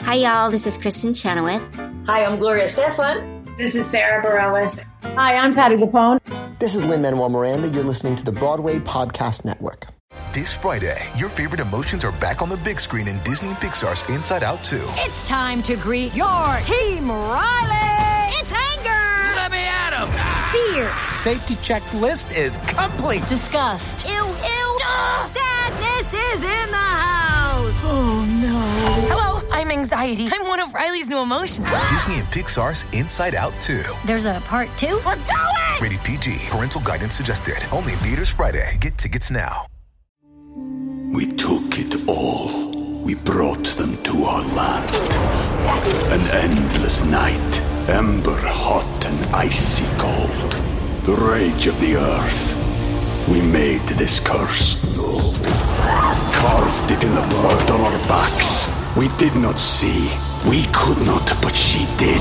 Hi, y'all. This is Kristen Chenoweth. Hi, I'm Gloria Stefan. This is Sarah Bareilles. Hi, I'm Patty Lapone. This is Lynn Manuel Miranda. You're listening to the Broadway Podcast Network. This Friday, your favorite emotions are back on the big screen in Disney Pixar's Inside Out 2. It's time to greet your team, Riley. It's anger. Let me at him. Fear. Safety checklist is complete. Disgust. Ew, ew. Sadness is in the house. Oh, no. Hello, I'm anxiety. I'm one of Riley's new emotions. Disney and Pixar's Inside Out 2. There's a part two? We're going! Rated PG. Parental guidance suggested. Only in theaters Friday. Get tickets now. We took it all. We brought them to our land. An endless night, ember hot and icy cold. The rage of the earth. We made this curse. Carved it in the blood on our backs. We did not see. We could not, but she did.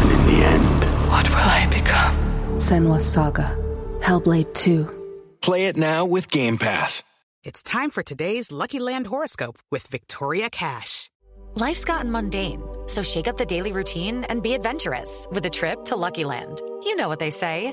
And in the end, what will I become? Senwa Saga, Hellblade 2. Play it now with Game Pass. It's time for today's Lucky Land horoscope with Victoria Cash. Life's gotten mundane, so shake up the daily routine and be adventurous with a trip to Lucky Land. You know what they say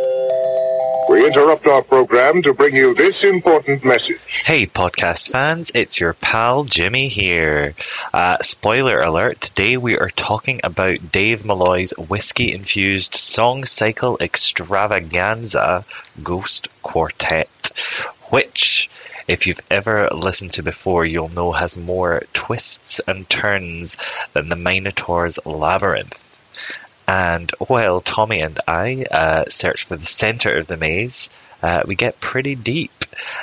We interrupt our program to bring you this important message. Hey, podcast fans, it's your pal Jimmy here. Uh, spoiler alert, today we are talking about Dave Malloy's whiskey infused song cycle extravaganza, Ghost Quartet, which, if you've ever listened to before, you'll know has more twists and turns than the Minotaur's Labyrinth. And while Tommy and I uh, search for the center of the maze, uh, we get pretty deep.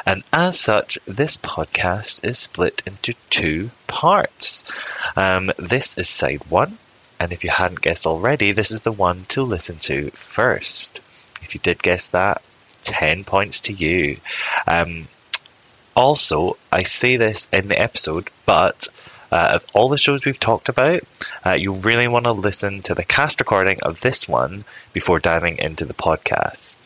And as such, this podcast is split into two parts. Um, this is side one, and if you hadn't guessed already, this is the one to listen to first. If you did guess that, 10 points to you. Um, also, I say this in the episode, but uh, of all the shows we've talked about, uh, you really want to listen to the cast recording of this one before diving into the podcast.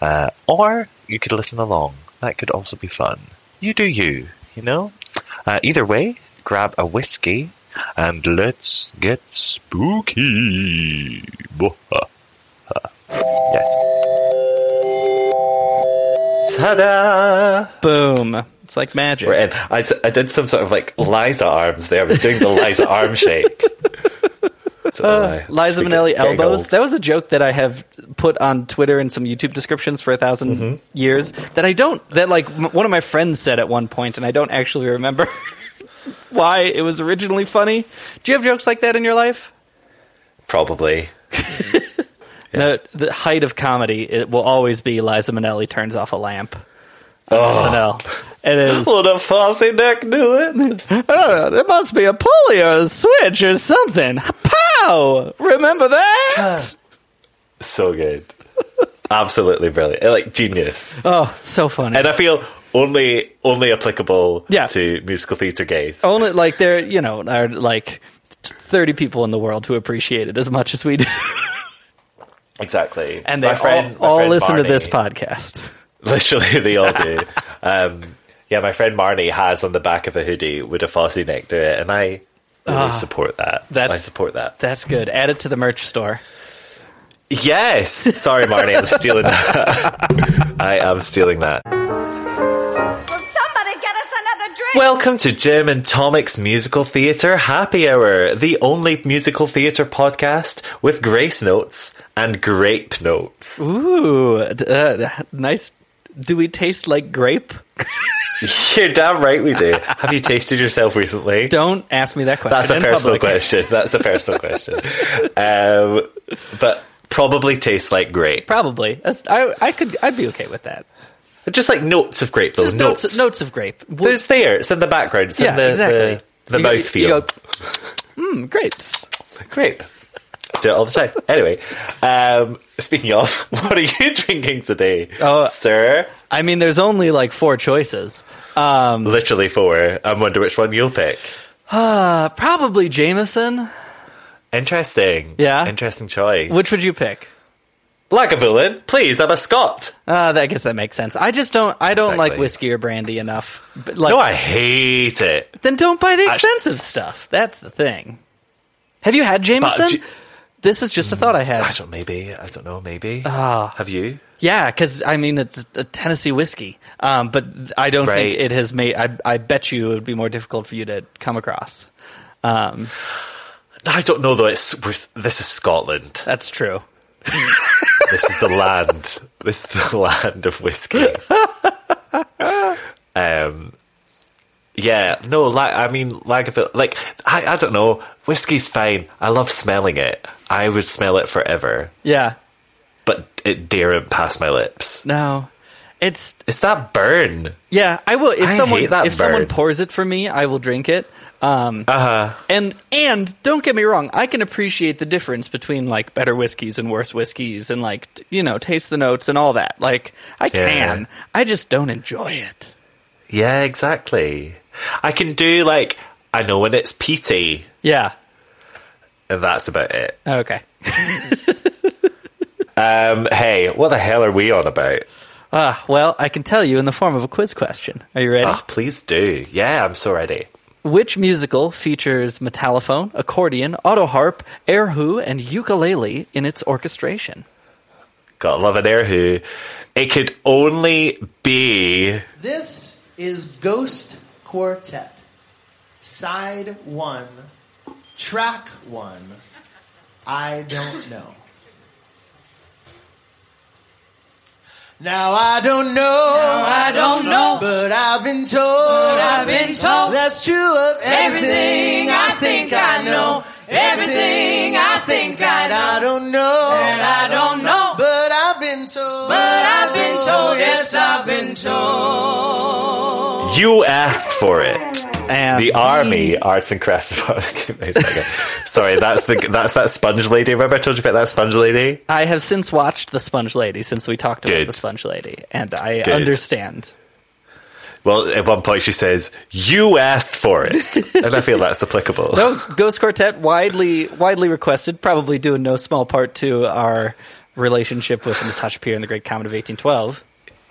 Uh, or you could listen along. That could also be fun. You do you, you know? Uh, either way, grab a whiskey and let's get spooky. yes. Ta-da! Boom. It's like magic. We're in. I, I did some sort of like Liza arms there. I was doing the Liza arm shake. So, uh, Liza Minnelli elbows. Old. That was a joke that I have put on Twitter and some YouTube descriptions for a 1000 mm-hmm. years that I don't, that like m- one of my friends said at one point, and I don't actually remember why it was originally funny. Do you have jokes like that in your life? Probably. No, the height of comedy it will always be Liza Minnelli turns off a lamp. Oh, SNL. It is. What a fussy neck do it. I don't know. There must be a pulley or a switch or something. Pow! Remember that? so good. Absolutely brilliant. Like genius. Oh, so funny. And I feel only only applicable yeah. Oh. to musical theatre gays. Only like there, you know, are like thirty people in the world who appreciate it as much as we do. Exactly. And they friend, all, all friend listen Marnie, to this podcast. Literally, they all do. um, yeah, my friend Marnie has on the back of a hoodie with a Fosse neck to it, and I really uh, support that. That's, I support that. Ah. That's good. Add it to the merch store. Yes. Sorry, Marnie, I'm stealing that. I am stealing that. Welcome to Jim and Tomic's Musical Theatre Happy Hour, the only musical theatre podcast with grace notes and grape notes. Ooh, uh, nice. Do we taste like grape? You're damn right we do. Have you tasted yourself recently? Don't ask me that question. That's a personal public. question. That's a personal question. Um, but probably tastes like grape. Probably. I, I could. I'd be okay with that. Just like notes of grape, those notes, notes. notes. of grape. Well, it's there. It's in the background. It's yeah, in the, exactly. the, the mouthfeel. Mmm, "Hmm, grapes. Grape. do it all the time. Anyway, um, speaking of, what are you drinking today, oh, sir? I mean, there's only like four choices. Um, Literally four. I wonder which one you'll pick. Uh, probably Jameson. Interesting. Yeah. Interesting choice. Which would you pick? Lagavulin, please. I'm a Scot. Uh, that, I guess that makes sense. I just don't. I don't exactly. like whiskey or brandy enough. But like, no, I hate it. Then don't buy the expensive Actually, stuff. That's the thing. Have you had Jameson? You, this is just a thought I had. Mm. I don't. Maybe I don't know. Maybe. Ah. Uh, Have you? Yeah, because I mean it's a Tennessee whiskey, um, but I don't right. think it has made. I, I bet you it would be more difficult for you to come across. Um, I don't know though. It's this is Scotland. That's true. this is the land. This is the land of whiskey. um, yeah, no, like I mean, Lagavulin. Like I, I don't know. Whiskey's fine. I love smelling it. I would smell it forever. Yeah, but it daren't pass my lips. No, it's it's that burn. Yeah, I will. If I someone if burn. someone pours it for me, I will drink it. Um, uh-huh. And and don't get me wrong, I can appreciate the difference between like better whiskeys and worse whiskeys, and like t- you know, taste the notes and all that. Like I can, yeah. I just don't enjoy it. Yeah, exactly. I can do like I know when it's peaty. Yeah, and that's about it. Okay. um. Hey, what the hell are we on about? Uh, well, I can tell you in the form of a quiz question. Are you ready? Oh, please do. Yeah, I'm so ready. Which musical features metallophone, accordion, auto harp, air who, and ukulele in its orchestration? Gotta love an air who. It could only be. This is Ghost Quartet. Side one, track one. I don't know. Now I don't know. Now I don't know. But I've been told. But I've been told. That's true of everything, everything I think I know. Everything I think I know. I don't know. And I don't know. But I've been told. But I've been told. Yes, I've been told. You asked for it. And the Army Arts and Crafts. Sorry, that's the that's that Sponge Lady. Remember I told you about that Sponge Lady? I have since watched the Sponge Lady since we talked Good. about the Sponge Lady, and I Good. understand. Well, at one point she says, "You asked for it," and I feel that's applicable. no, Ghost Quartet widely widely requested, probably due in no small part to our relationship with Natasha Peer and the Great Comet of 1812.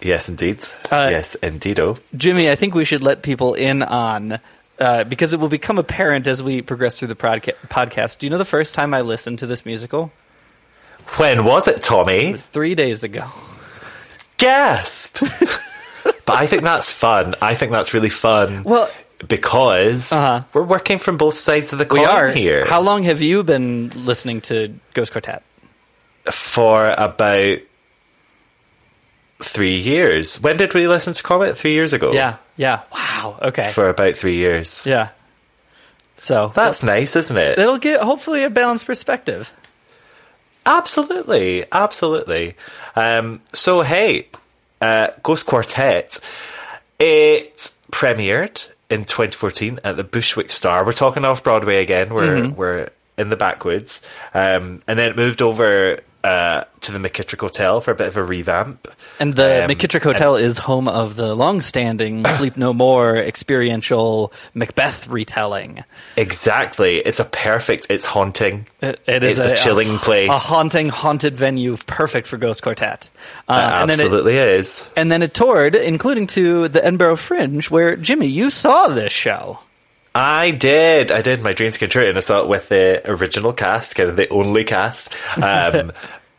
Yes, indeed. Uh, yes, indeedo. Jimmy, I think we should let people in on uh, because it will become apparent as we progress through the prodca- podcast. Do you know the first time I listened to this musical? When was it, Tommy? It was three days ago. Gasp! but I think that's fun. I think that's really fun. Well, because uh-huh. we're working from both sides of the coin we are. here. How long have you been listening to Ghost Quartet? For about three years. When did we listen to Comet? Three years ago. Yeah. Yeah. Wow. Okay. For about three years. Yeah. So that's nice, isn't it? It'll get hopefully a balanced perspective. Absolutely. Absolutely. Um, so hey, uh, Ghost Quartet. It premiered in 2014 at the Bushwick Star. We're talking off Broadway again. We're mm-hmm. we're in the backwoods, um, and then it moved over uh, to the McKittrick Hotel for a bit of a revamp. And the um, McKittrick Hotel is home of the long-standing Sleep No More experiential Macbeth retelling. Exactly. Uh, It's a perfect. It's haunting. it, it is it's a, a chilling a, place. A haunting, haunted venue, perfect for Ghost Quartet. Uh, absolutely and it, is. And then it toured, including to the Edinburgh Fringe, where Jimmy, you saw this show. I did. I did. My dreams came true, and I saw it with the original cast, kind of the only cast. Um,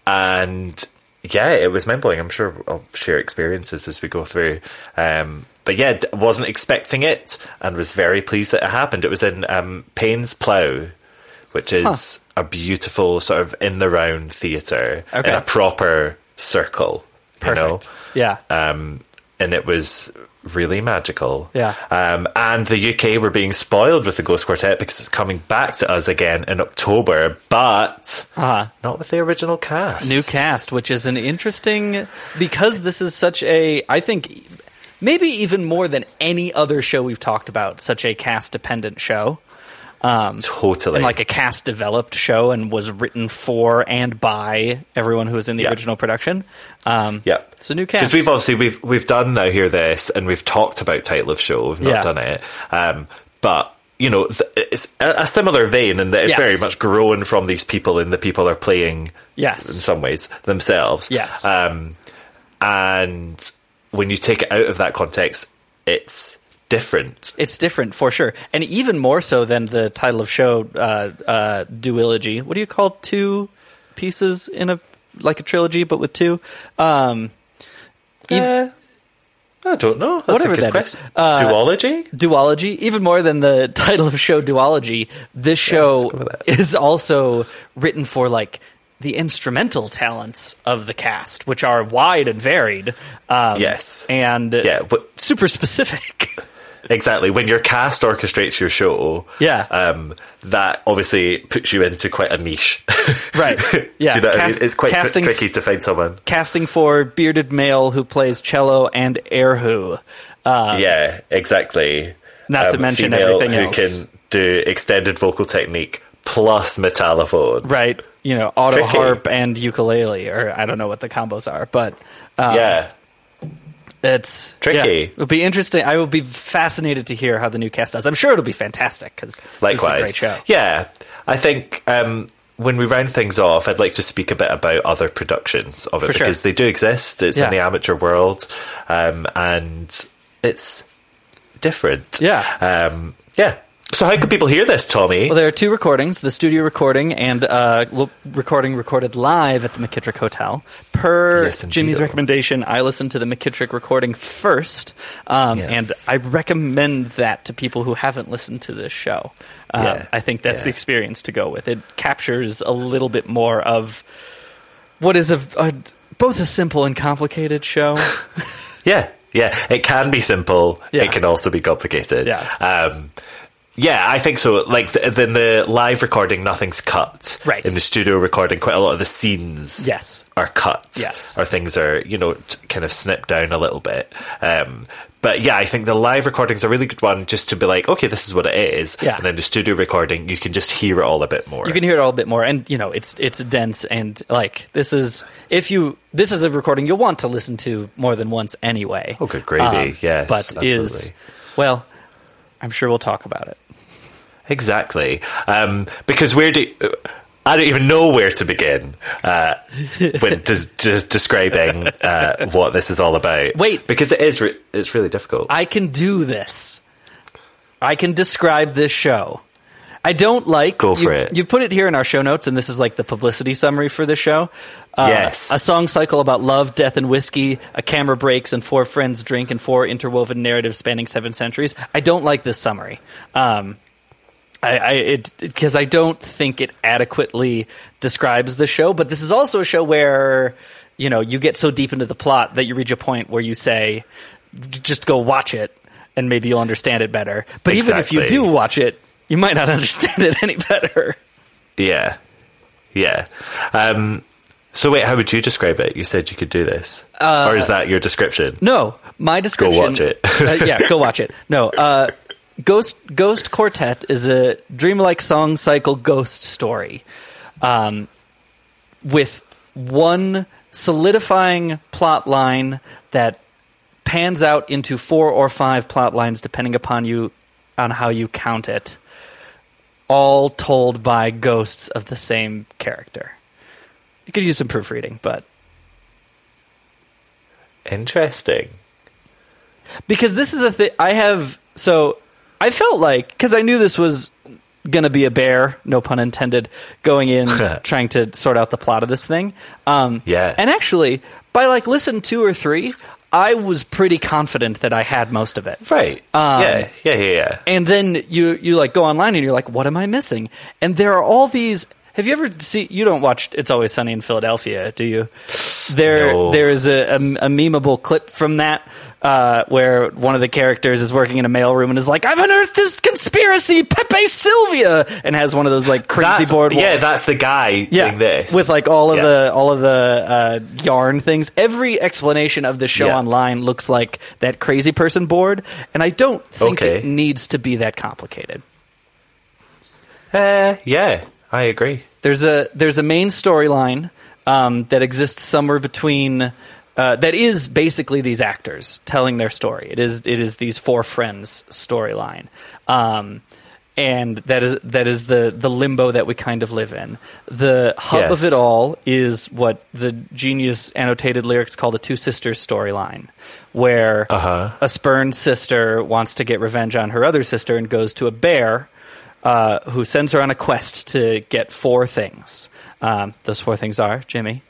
and yeah, it was mind blowing. I'm sure I'll share experiences as we go through. Um, but yeah, wasn't expecting it, and was very pleased that it happened. It was in um, Payne's Plough, which is huh. a beautiful sort of in the round theatre okay. in a proper circle. Perfect. You know? Yeah. and it was really magical. Yeah. Um, and the UK were being spoiled with the Ghost Quartet because it's coming back to us again in October, but uh-huh. not with the original cast. New cast, which is an interesting because this is such a I think maybe even more than any other show we've talked about, such a cast dependent show. Um, totally. And like a cast developed show and was written for and by everyone who was in the Yeah. original production. Um, Yeah, It's a new cast. because we've obviously we've we've done now hear this and we've talked about title of show. We've not Yeah. done it, um, but you know th- it's a, a similar vein and it's Yes. very much grown from these people and the people are playing Yes. in some ways themselves. Yes. um, and when you take it out of that context, it's different. It's different for sure, and even more so than the title of show uh, uh, duology. What do you call two pieces in a like a trilogy, but with two? Um, ev- I don't know. That's whatever a good that is. question. Uh, Duology. Duology, even more than the title of show duology, this show is also written for like the instrumental talents of the cast, which are wide and varied. Um, Yes. and Yeah, but super specific. exactly when your cast orchestrates your show Yeah. um that obviously puts you into quite a niche right yeah Do you know what I mean? Cast- it's quite tr- casting- tricky to find someone casting for bearded male who plays cello and erhu. Uh, yeah exactly Um, Not to mention female everything who else. can do extended vocal technique plus metallophone Right. You know, auto Tricky. harp and ukulele, or I don't know what the combos are, but uh, yeah it's Tricky. yeah. it'll be interesting. I will be fascinated to hear how the new cast does. I'm sure it'll be fantastic because likewise great show. yeah i think um when we round things off, I'd like to speak a bit about other productions of it For sure. because they do exist. It's Yeah. in the amateur world, um, and it's different. Yeah. Um, yeah. So how can people hear this, Tommy? Well, there are two recordings: the studio recording and uh, l- recording recorded live at the McKittrick Hotel. Per Yes, indeed. Jimmy's recommendation, I listened to the McKittrick recording first, um, Yes. and I recommend that to people who haven't listened to this show. Um, Yeah. I think Uh, that's Yeah. the experience to go with. It captures a little bit more of what is a, a both a simple and complicated show. Yeah, yeah. It can be simple. It can also be complicated. Yeah. Um, yeah, I think so. Like th- then the live recording, nothing's cut. Right. In the studio recording, quite a lot of the scenes. Yes. Are cut. Yes. Or things are you know t- kind of snipped down a little bit. Um, but yeah, I think the live recording's a really good one just to be like, okay, this is what it is. Yeah. And then the studio recording, you can just hear it all a bit more. You can hear it all a bit more, and you know it's it's dense and like this is if you this is a recording you'll want to listen to more than once anyway. Oh, Um, good gravy, yes, but is absolutely. well, I'm sure we'll talk about it. Exactly. Um, because where do I don't even know where to begin uh, when des- des- describing uh, what this is all about. Wait. because it is re- it's really difficult. I can do this. I can describe this show. I don't like Go for you, it. You put it here in our show notes, and this is like the publicity summary for the show. Yes. uh, a song cycle about love, death, and whiskey. A camera breaks, and four friends drink, and four interwoven narratives spanning seven centuries. I don't like this summary. Um, I, I it because I don't think it adequately describes the show. But this is also a show where you know you get so deep into the plot that you reach a point where you say, "Just go watch it, and maybe you'll understand it better." But even if you Exactly. do watch it, you might not understand it any better. yeah, yeah. Um, so wait, how would you describe it? You said you could do this, or Uh, is that your description? No, my description. watch it. Uh, yeah, go watch it. No, uh, Ghost Ghost Quartet is a dreamlike song cycle ghost story, um, with one solidifying plot line that pans out into four or five plot lines, depending upon you on how you count it. All told by ghosts of the same character. You could use some proofreading, but Interesting. because this is a thing I have. So I felt like because I knew this was gonna be a bear, no pun intended, going in trying to sort out the plot of this thing. Um, Yeah. and actually, by like listen two or three, I was pretty confident that I had most of it. Right. Um, yeah. Yeah. Yeah. Yeah. And then you you like go online and you're like, what am I missing? And there are all these. Have you ever see? You don't watch It's Always Sunny in Philadelphia, do you? There No. there is a, a, a memeable clip from that uh, where one of the characters is working in a mailroom and is like, I've unearthed this conspiracy, Pepe Sylvia, and has one of those like crazy That's- board. Walls yeah, that's the guy doing this with like all of Yeah. the all of the uh, yarn things. Every explanation of the show Yeah. online looks like that crazy person board, and I don't think Okay. it needs to be that complicated. Uh, yeah, I agree. There's a there's a main storyline um, that exists somewhere between. Uh, that is basically these actors telling their story. It is it is these four friends storyline, um, and that is that is the the limbo that we kind of live in. The hub Yes. of it all is what the genius annotated lyrics call the two sisters storyline, where a spurned sister wants to get revenge on her other sister and goes to a bear. Uh, who sends her on a quest to get four things? Um, those four things are Jimmy,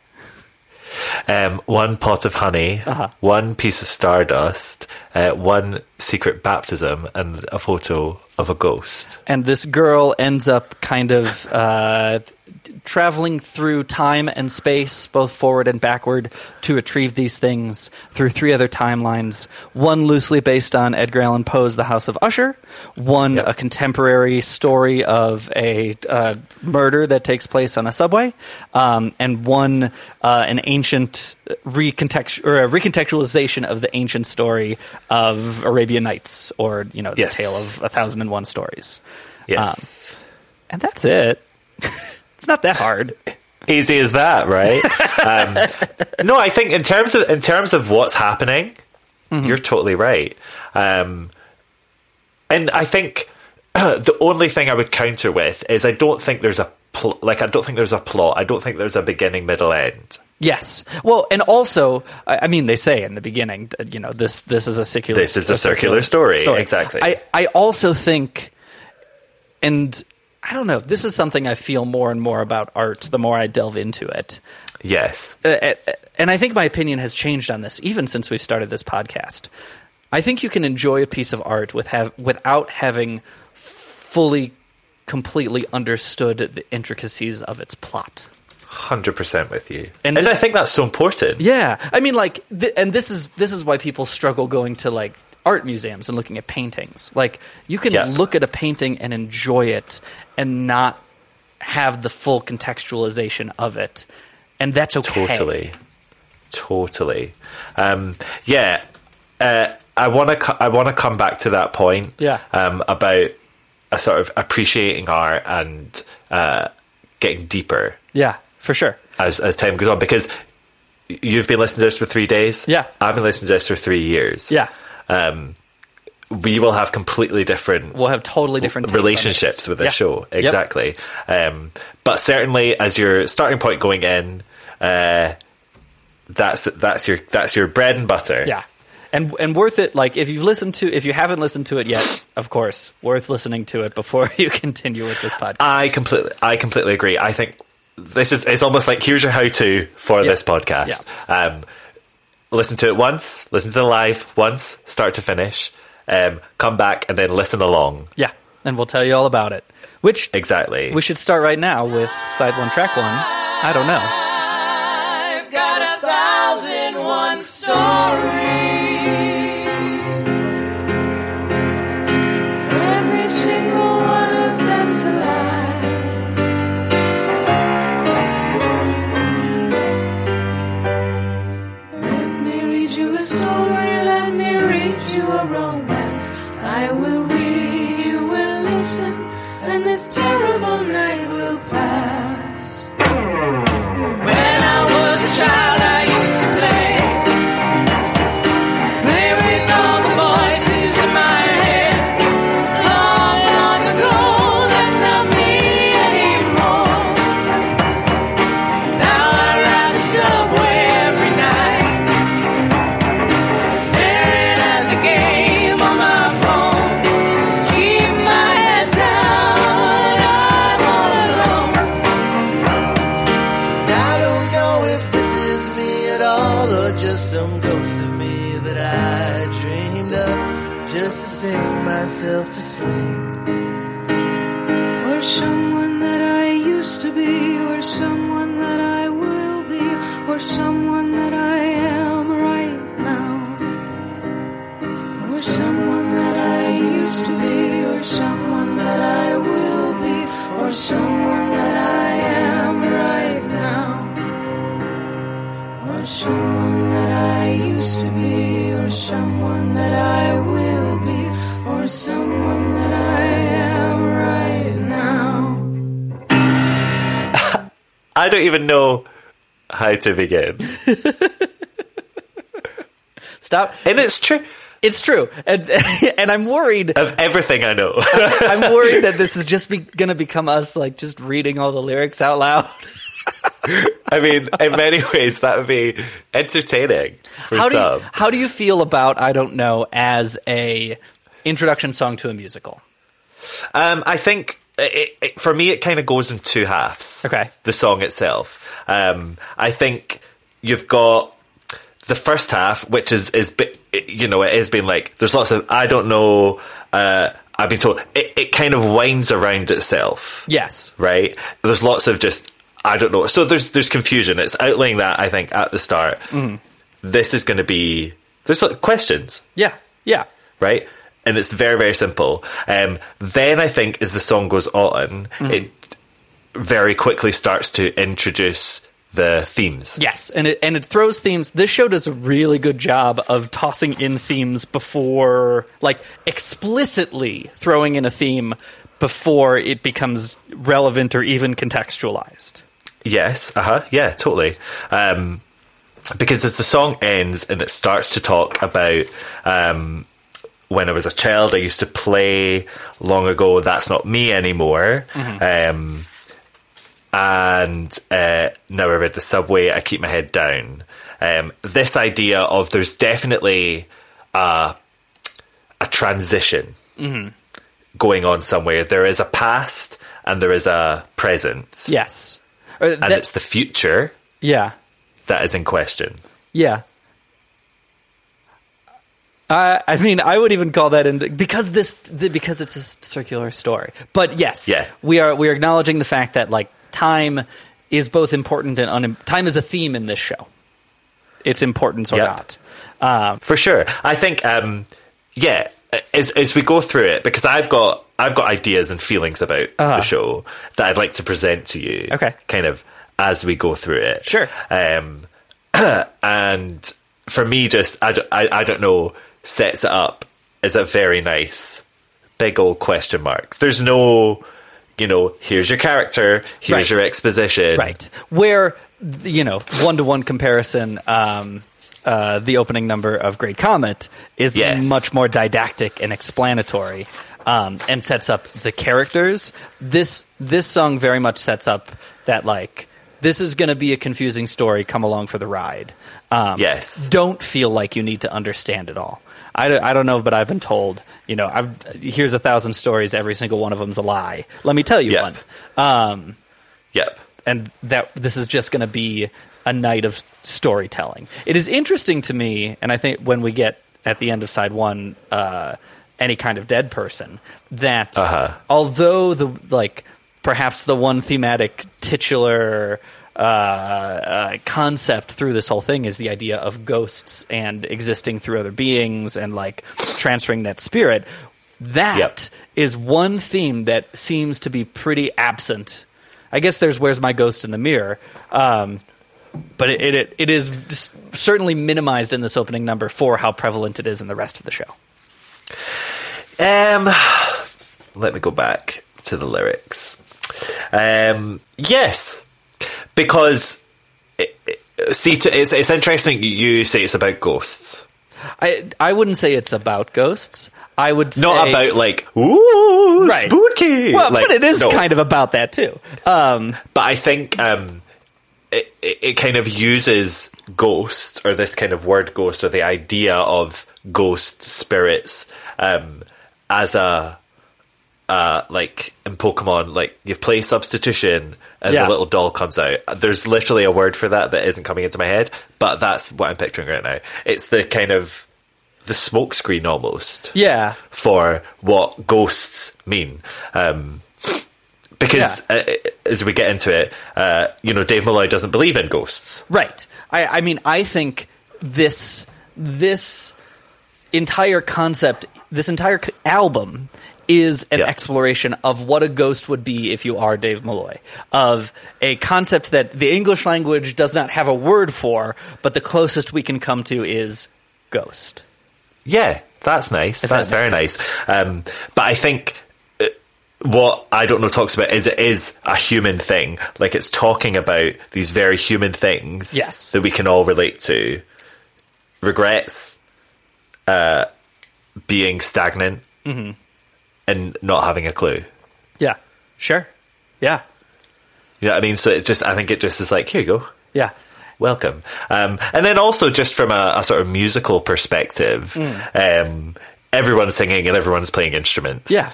Um, one pot of honey, Uh-huh. one piece of stardust, uh, one secret baptism, and a photo of a ghost. and this girl ends up kind of uh, traveling through time and space, both forward and backward, to retrieve these things through three other timelines. One loosely based on Edgar Allan Poe's *The House of Usher*, one a contemporary story of a uh, murder that takes place on a subway, um, and one uh, an ancient recontext- or a recontextualization of the ancient story of *Arabian Nights*, or you know, the Yes. tale of a thousand and one stories. Yes. Um, and that's it. it's not that hard. Easy as that, right? um, no, I think in terms of in terms of what's happening, Mm-hmm. you're totally right. Um, and I think the only thing I would counter with is I don't think there's a pl- like I don't think there's a plot. I don't think there's a beginning, middle, end. Yes. Well, and also, I I mean, they say in the beginning, uh, you know, this this is a circular. This is a circular story. Exactly. I I also think, and I don't know. This is something I feel more and more about art the more I delve into it. Yes. Uh, uh, uh, and I think my opinion has changed on this even since we've started this podcast. I think you can enjoy a piece of art with have without having fully, completely understood the intricacies of its plot. Hundred percent with you, And and, th- I think that's so important. Yeah, I mean, like, th- and this is this is why people struggle going to like art museums and looking at paintings. Like, you can Yeah. look at a painting and enjoy it, and not have the full contextualization of it, and that's okay. Totally, totally. Um, yeah, uh, I want to. Co- I want to come back to that point. Yeah. Um, about a sort of appreciating art and uh, getting deeper Yeah, for sure. as as time goes on because you've been listening to us for three days. Yeah. I've been listening to us for three years. Yeah, Um, we will have completely different we'll have totally different takes on this. relationships with this Yeah. show. Yep. Exactly. Um, but certainly, as your starting point going in, uh, that's that's your that's your bread and butter. Yeah. And and worth it like if you've listened to if you haven't listened to it yet, of course, worth listening to it before you continue with this podcast. I completely I completely agree. I think this is it's almost like here's your how to for this podcast. Um, listen to it once, listen to the live once, start to finish. Um, come back and then listen along. Yeah, and we'll tell you all about it. Which Exactly. we should start right now with side one, track one. I don't know. got a thousand one stories. Every single one of them's a lie. Let me read you a story, let me read you a romance. I will read, you will listen, and this terrible night will pass. When I was a child, I used to play. Play with all the voices in my head. Long, long ago, that's not me anymore. Now I ride the subway every night, staring at the game on my phone. Keep my head down, I'm all alone. I don't know if this is me at all or just some ghost of me that I dreamed up just to sing myself to sleep. Or someone that I used to be, or someone that I will be, or someone that I am right now. Or someone that I used to be, or someone that I will be, or someone that I am right now. Or someone that I used to be, or someone that I will be, or someone that I am right now. I don't even know how to begin. Stop. And it's true. It's true, and and I'm worried of everything I know. I'm worried that this is just be, going to become us like just reading all the lyrics out loud. I mean, in many ways, that would be entertaining for how do some. You, how do you feel about I don't know as a introduction song to a musical? Um, I think it, it, for me, it kind of goes in two halves. Okay, the song itself. Um, I think you've got the first half, which is is you know it has been like there's lots of I don't know. Uh, I've been told it, it kind of winds around itself. Yes, right. There's lots of just I don't know. So there's there's confusion. It's outlining that I think at the start. Mm-hmm. Mm. This is going to be there's like questions. Yeah, yeah, right. And it's very very simple. Um, then I think as the song goes on, mm. it very quickly starts to introduce the themes. Yes, and it and it throws themes. This show does a really good job of tossing in themes before, like explicitly throwing in a theme before it becomes relevant or even contextualized. Yes, uh huh, yeah, totally. Um, because as the song ends and it starts to talk about um, when I was a child, I used to play long ago. That's not me anymore. Mm-hmm. Um, and uh, now I read the subway. I keep my head down. Um, this idea of there's definitely a, a transition mm-hmm. going on somewhere. There is a past and there is a present. Yes, uh, that, and it's the future. Yeah, that is in question. Yeah. Uh, I mean, I would even call that in because this the, because it's a circular story. But yes, yeah. we are we are acknowledging the fact that like time is both important and un- time is a theme in this show. It's importance or yep. not, um, for sure. I think, um, yeah, as as we go through it, because I've got I've got ideas and feelings about uh-huh. the show that I'd like to present to you. Okay, kind of as we go through it. Sure. Um, and for me, just I, I, I don't know sets it up as a very nice big old question mark. There's no, you know, here's your character, here's right. your exposition. Right. Where, you know, one to one comparison, um, uh, the opening number of Great Comet is yes. much more didactic and explanatory. Um, and sets up the characters. This this song very much sets up that like this is going to be a confusing story. Come along for the ride. Um, yes. Don't feel like you need to understand it all. I don't, I don't know, but I've been told, you know, I've, here's a thousand stories. Every single one of them's a lie. Let me tell you yep. one. Um, yep. And that this is just going to be a night of storytelling. It is interesting to me, and I think when we get at the end of side one, uh, any kind of dead person, that uh-huh. although the like perhaps the one thematic titular. Uh, uh, concept through this whole thing is the idea of ghosts and existing through other beings and like transferring that spirit. That yep. is one theme that seems to be pretty absent. I guess there's where's my ghost in the mirror, um, but it, it it is certainly minimized in this opening number for how prevalent it is in the rest of the show. Um, let me go back to the lyrics. Um, yes, because it, it, see, it's, it's interesting. You say it's about ghosts. I I wouldn't say it's about ghosts. I would say, not about like ooh right. spooky. Well, like, but it is no. kind of about that too. Um, but I think um, it, it it kind of uses ghosts or this kind of word ghost or the idea of ghost spirits um, as a uh, like in Pokemon, like you play substitution and Yeah. the little doll comes out. There's literally a word for that that isn't coming into my head, but that's what I'm picturing right now. It's the kind of the smokescreen almost, Yeah. for what ghosts mean. Um, because uh, as we get into it, uh, you know, Dave Malloy doesn't believe in ghosts. Right. I, I mean, I think this this entire concept, this entire c- album is an Yeah. exploration of what a ghost would be if you are Dave Malloy, of a concept that the English language does not have a word for, but the closest we can come to is ghost. Yeah, that's nice. If that's that very makes nice. Um, but I think uh, what I don't know talks about is it is a human thing. Like it's talking about these very human things yes. that we can all relate to. Regrets, uh, being stagnant, mm-hmm. and not having a clue. Yeah, sure. Yeah. You know what I mean? So it's just, I think it just is like, here you go. Yeah. Welcome. Um, and then also just from a, a sort of musical perspective, Mm. um, everyone's singing and everyone's playing instruments. Yeah.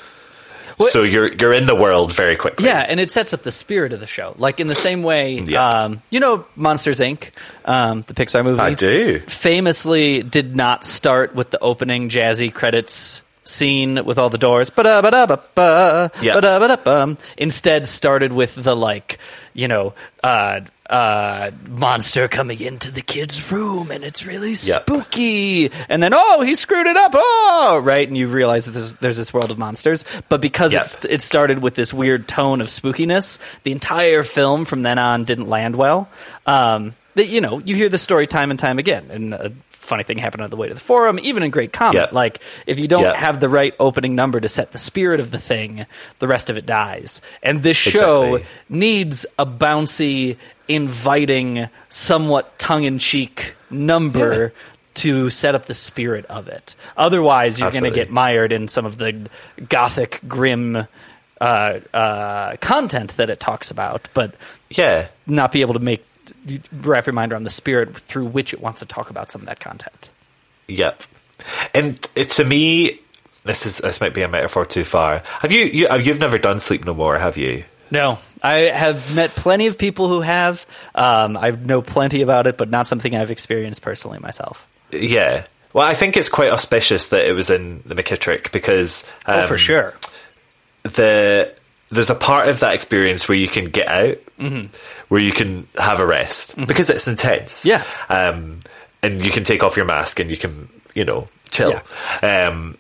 so you're you're in the world very quickly. Yeah, and it sets up the spirit of the show. Like in the same way, Yeah. um, you know, Monsters Inc., um, the Pixar movie. I do. Famously, did not start with the opening jazzy credits scene with all the doors. Ba-da, ba-da, ba-ba, Yeah. ba-da, ba-da, bum. Instead, started with the like, you know, uh, uh, monster coming into the kid's room, and it's really Yeah. spooky. And then, oh, he screwed it up. Oh, right, and you realize that there's, there's this world of monsters, but because Yep. it's it started with this weird tone of spookiness. The entire film from then on didn't land well. Um, that you know, you hear the story time and time again. And a funny thing happened on the way to the forum, even in Great Comet. Yep. Like if you don't Yep. have the right opening number to set the spirit of the thing, the rest of it dies. And this show Exactly. needs a bouncy, inviting, somewhat tongue-in-cheek number. To set up the spirit of it. Otherwise, you're going to Absolutely. get mired in some of the gothic, grim uh, uh, content that it talks about, but Yeah. not be able to make wrap your mind around the spirit through which it wants to talk about some of that content. Yep. And it, to me, this is this might be a metaphor too far. Have you, you you've never done Sleep No More, have you? No, I have met plenty of people who have. Um, I know plenty about it, but not something I've experienced personally myself. Yeah. Well, I think it's quite auspicious that it was in the McKittrick because oh, for um, sure. the there's a part of that experience where you can get out, Mhm. where you can have a rest because it's intense. Mm-hmm. Yeah. um, and you can take off your mask and you can you know chill. Um,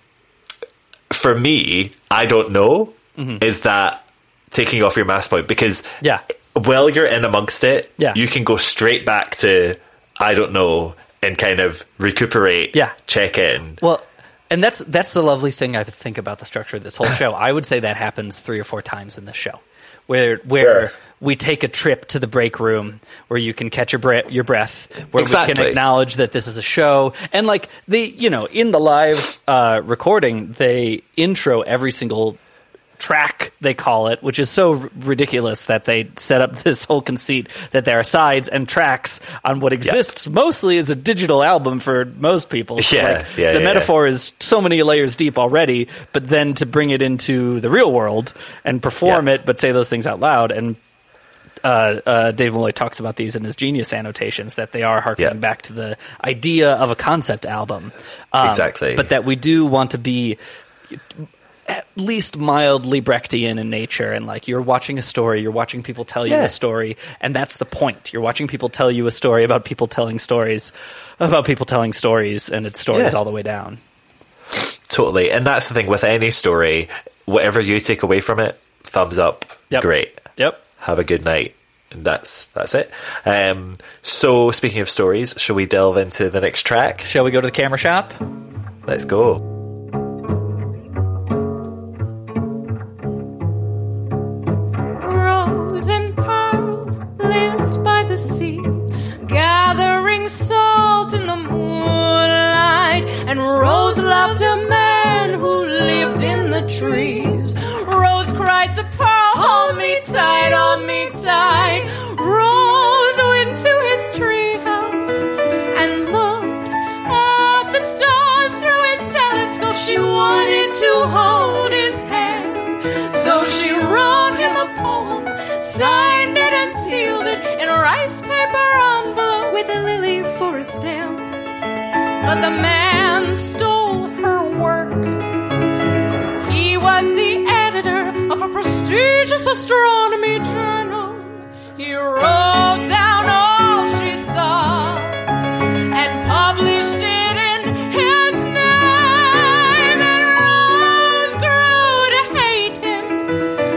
for me, I don't know Mhm. is that taking off your mask point because Yeah. while you're in amongst it, Yeah. you can go straight back to I don't know and kind of recuperate, Yeah. check in. Well, and that's that's the lovely thing I think about the structure of this whole show. I would say that happens three or four times in this show, where where we take a trip to the break room where you can catch your breath, your breath, where we Exactly. can acknowledge that this is a show, and like the you know in the live uh, recording they intro every single track they call it which is so r- ridiculous that they set up this whole conceit that there are sides and tracks on what exists mostly as a digital album for most people so, Yeah, like, yeah, the yeah, metaphor is so many layers deep already, but then to bring it into the real world and perform Yeah. it, but say those things out loud. And uh, uh, Dave Malloy talks about these in his genius annotations that they are harkening Yeah. back to the idea of a concept album. Um, Exactly. But that we do want to be at least mildly Brechtian in nature. And like you're watching a story, you're watching people tell you Yeah. a story, and that's the point. You're watching people tell you a story about people telling stories about people telling stories, and it's stories Yeah. all the way down. Totally. And that's the thing with any story, whatever you take away from it, thumbs up, Yep. great. Yep. Have a good night. And that's that's it. Um, so speaking of stories, shall we delve into the next track? Shall we go to the camera shop? Let's go. Rose and pearl lived by the sea, gathering salt in the moonlight. And Rose loved a man who lived in the trees. Rose cried to Pearl, Hold me tight, hold me tight. Rose went to his treehouse and looked at the stars through his telescope. She wanted to hold his hand. So she wrote him a poem, signed it and sealed it in a rice paper envelope with a lily for a stamp. But the man stole her work. He was the editor of a prestigious astronomy journal. He wrote down all she saw and published it in his name. And Rose grew to hate him,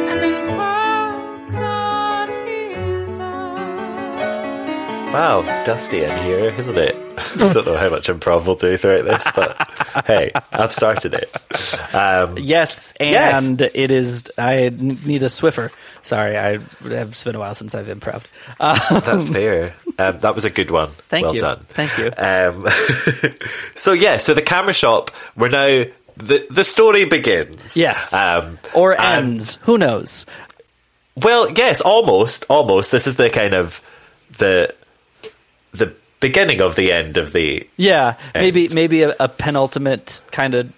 and then Pearl caught his eye. Wow. dusty in here, isn't it? I don't know how much improv we'll do throughout this, but hey, I've started it. Um, yes, and yes. it is. I need a Swiffer. Sorry, I have been a while since I've improv. Uh, Um, That's fair. Um, that was a good one. Hmm. Thank well you. done. Um, Thank you. so yeah, so the camera shop. We're now the the story begins. Um, Yes, or ends. Who knows? Well, yes, almost, almost. This is the kind of the the beginning of the end of the yeah. End. Maybe maybe a, a penultimate kind of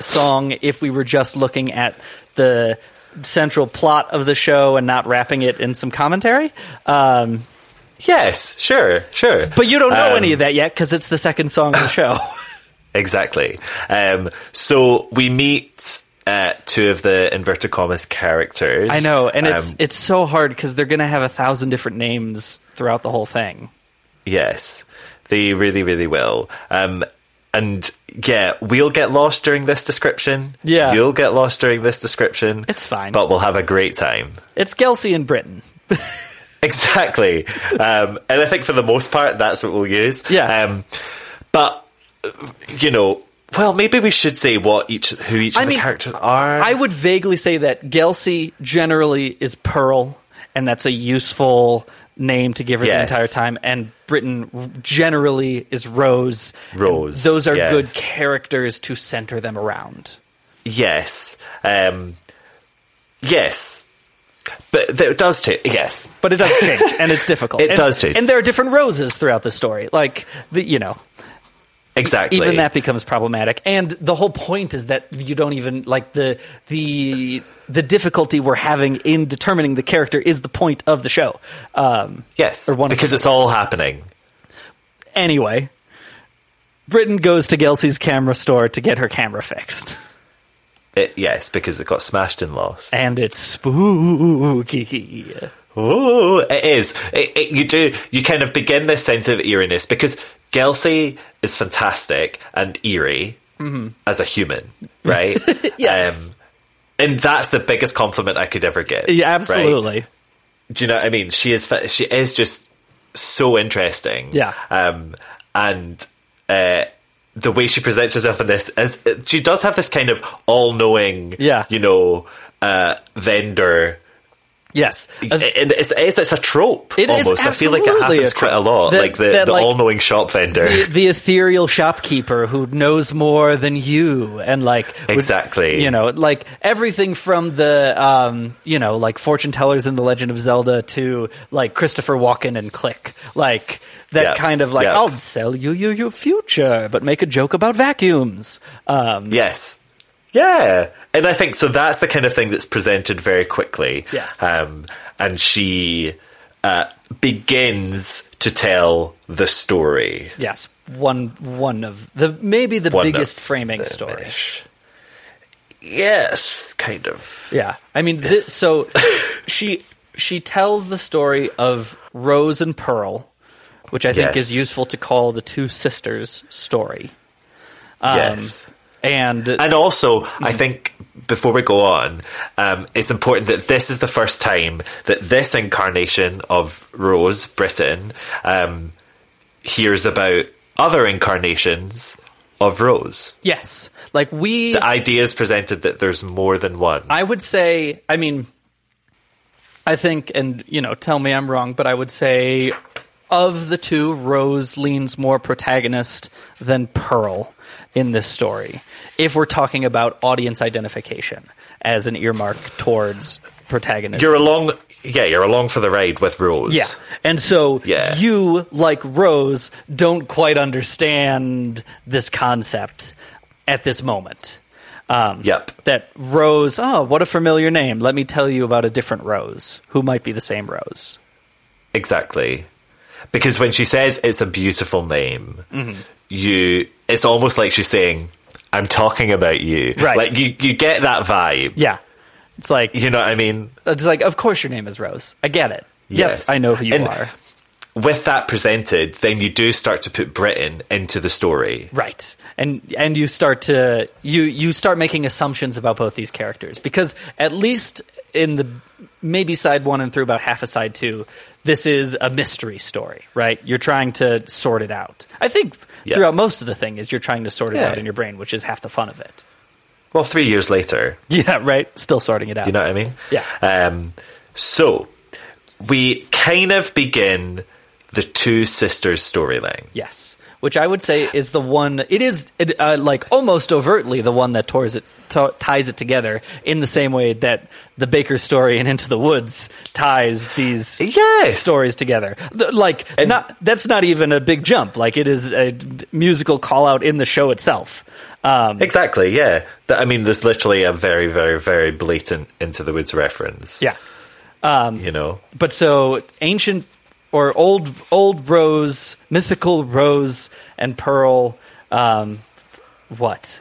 song if we were just looking at the central plot of the show and not wrapping it in some commentary. Um, yes, sure, sure. But you don't know um, any of that yet because it's the second song of the show. exactly. Um, so we meet uh, two of the inverted commas characters. I know, and it's um, it's so hard because they're going to have a thousand different names throughout the whole thing. Yes, they really, really will. Um, and yeah, we'll get lost during this description. Yeah, you'll get lost during this description. It's fine, but we'll have a great time. It's Gelsey in Britain. exactly, um, and I think for the most part, that's what we'll use. Um, Yeah, but you know, well, maybe we should say what each who each I of the mean, characters are. I would vaguely say that Gelsey generally is Pearl, and that's a useful name to give her yes. the entire time. And Britain generally is Rose. Rose. Those are yes. good characters to center them around. Yes. Um, yes. But it does change. Yes, but it does change, and it's difficult. it and, does change, and there are different roses throughout the story. Like the, you know, exactly even that becomes problematic and the whole point is that you don't even like the the the difficulty we're having in determining the character is the point of the show um yes because it's all happening anyway britain goes to gelsey's camera store to get her camera fixed it, yes because it got smashed and lost and it's spooky Ooh, it is. It, it, you do. You kind of begin this sense of eeriness because Gelsey is fantastic and eerie mm-hmm. as a human, right? yes. Um, and that's the biggest compliment I could ever get. Yeah, absolutely. Right? Do you know what I mean? She is. She is just so interesting. Yeah. Um, and uh, the way she presents herself in this is she does have this kind of all-knowing. Yeah. You know, uh, vendor Yes, Uh, and it's, it's, it's a trope. It almost. I feel like it happens quite a lot, that, like the, that, the like, all-knowing shop vendor, the, the, ethereal shopkeeper who knows more than you, and like would, exactly, you know, like everything from the um, you know, like fortune tellers in the Legend of Zelda to like Christopher Walken and Click, like that yep. kind of like yep. I'll sell you, you your future, but make a joke about vacuums. Um, yes, yeah, and I think so. That's the kind of thing that's presented very quickly. Yes, um, and she uh, begins to tell the story. Yes, one one of the maybe the one biggest framing the story. Finish. Yes, kind of. Yeah, I mean, yes. this, so she she tells the story of Rose and Pearl, which I think yes. is useful to call the two sisters' story. Um, yes and and also mm-hmm. I think before we go on, um, it's important that this is the first time that this incarnation of Rose Britain um, hears about other incarnations of Rose. Yes, like we the idea is presented that there's more than one. I would say, I mean, I think, and you know, tell me I'm wrong, but I would say. Of the two, Rose leans more protagonist than Pearl in this story if we're talking about audience identification as an earmark towards protagonist you're along yeah you're along for the ride with rose yeah and so yeah. you like rose don't quite understand this concept at this moment um, yep that rose oh what a familiar name let me tell you about a different rose who might be the same rose exactly because when she says it's a beautiful name mm-hmm. you it's almost like she's saying, "I'm talking about you." Right? Like you, you get that vibe. Yeah. It's like you know what I mean. It's like, of course, your name is Rose. I get it. Yes, yes I know who you and are. With that presented, then you do start to put Britain into the story, right? And and you start to you you start making assumptions about both these characters because at least in the maybe side one and through about half a side two, this is a mystery story, right? You're trying to sort it out. I think yeah. throughout most of the thing is you're trying to sort it yeah. out in your brain, which is half the fun of it. Well, three years later. Yeah, right. Still sorting it out. You know what I mean? Yeah. Um, so we kind of begin the two sisters storyline. Yes which I would say is the one. It is uh, like almost overtly the one that it, t- ties it together in the same way that the Baker story and Into the Woods ties these yes. stories together. Like and not that's not even a big jump. Like it is a musical call out in the show itself. Mm. Um, exactly. Yeah. I mean, there's literally a very, very, very blatant Into the Woods reference. Yeah. Um, you know. But so ancient or old old rose, mythical rose and pearl. Um, what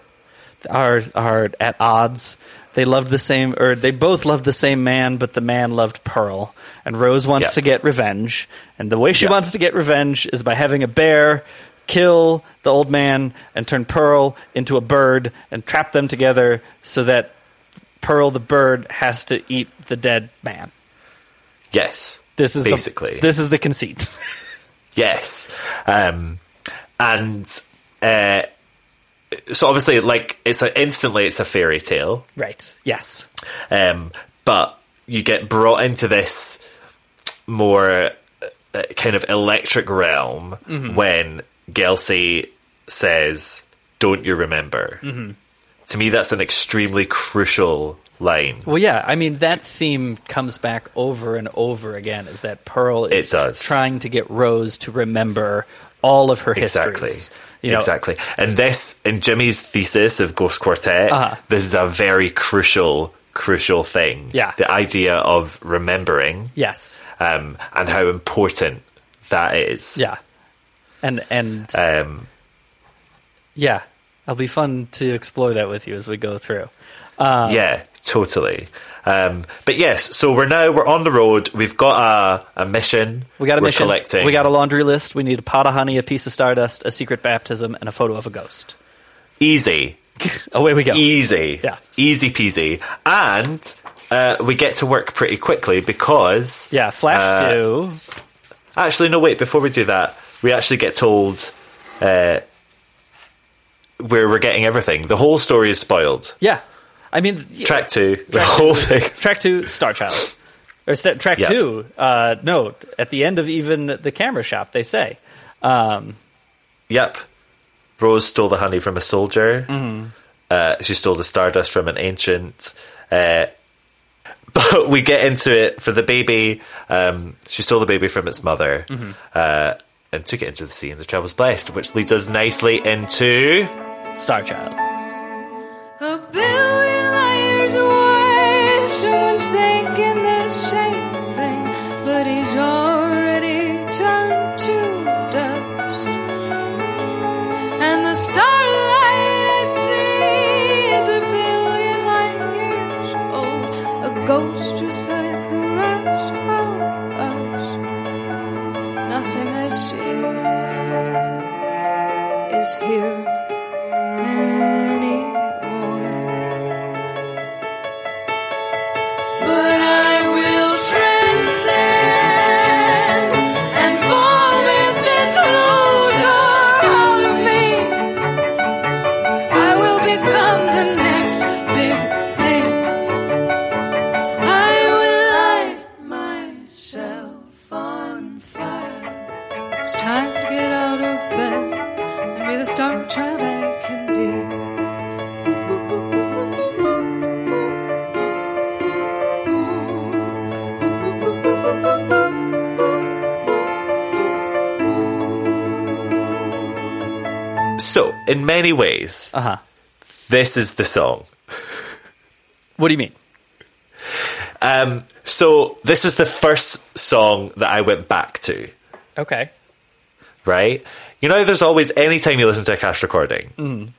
are are at odds? They loved the same, or they both loved the same man, but the man loved Pearl, and Rose wants yep. to get revenge, and the way she yep. wants to get revenge is by having a bear kill the old man and turn Pearl into a bird and trap them together so that Pearl the bird has to eat the dead man. Yes. This is basically the, this is the conceit. yes, um, and uh, so obviously, like it's a, instantly it's a fairy tale, right? Yes, um, but you get brought into this more uh, kind of electric realm mm-hmm. when Gelsey says, "Don't you remember?" Mm-hmm. To me, that's an extremely crucial Line. Well, yeah, I mean that theme comes back over and over again. Is that Pearl is it does. trying to get Rose to remember all of her exactly. histories. You exactly. Know? And this, in Jimmy's thesis of Ghost Quartet, uh-huh. this is a very crucial, crucial thing. Yeah, the idea of remembering. Yes, um, and how important that is. Yeah, and and um, yeah, it'll be fun to explore that with you as we go through. Um, yeah, totally. Um, but yes, so we're now we're on the road. We've got a, a mission. We got a we're mission. Collecting. We got a laundry list. We need a pot of honey, a piece of stardust, a secret baptism, and a photo of a ghost. Easy. Away we go. E Easy. Yeah. Easy peasy. And uh, we get to work pretty quickly because yeah, flash uh, to. Actually, no. Wait. Before we do that, we actually get told. Uh, where we're getting everything. The whole story is spoiled. Yeah, I mean, track two, track the whole two, thing. Track two, Star Child, or st- track yep. two. Uh, no, at the end of even the camera shop, they say. Um, yep, Rose stole the honey from a soldier. Mm-hmm. Uh, she stole the stardust from an ancient. Uh, but we get into it for the baby. Um, she stole the baby from its mother uh, mm-hmm. and took it into the sea, and the child was blessed, which leads us nicely into Star Child. A billion layers away, someone's thinking the same thing, but he's already turned to dust. And the starlight I see is a billion light years old, a ghost just like the rest of us. Nothing I see is here. So, in many ways, uh-huh. this is the song. What do you mean? Um, so, this is the first song that I went back to. Okay. Right? You know, there's always, anytime you listen to a cast recording, mm.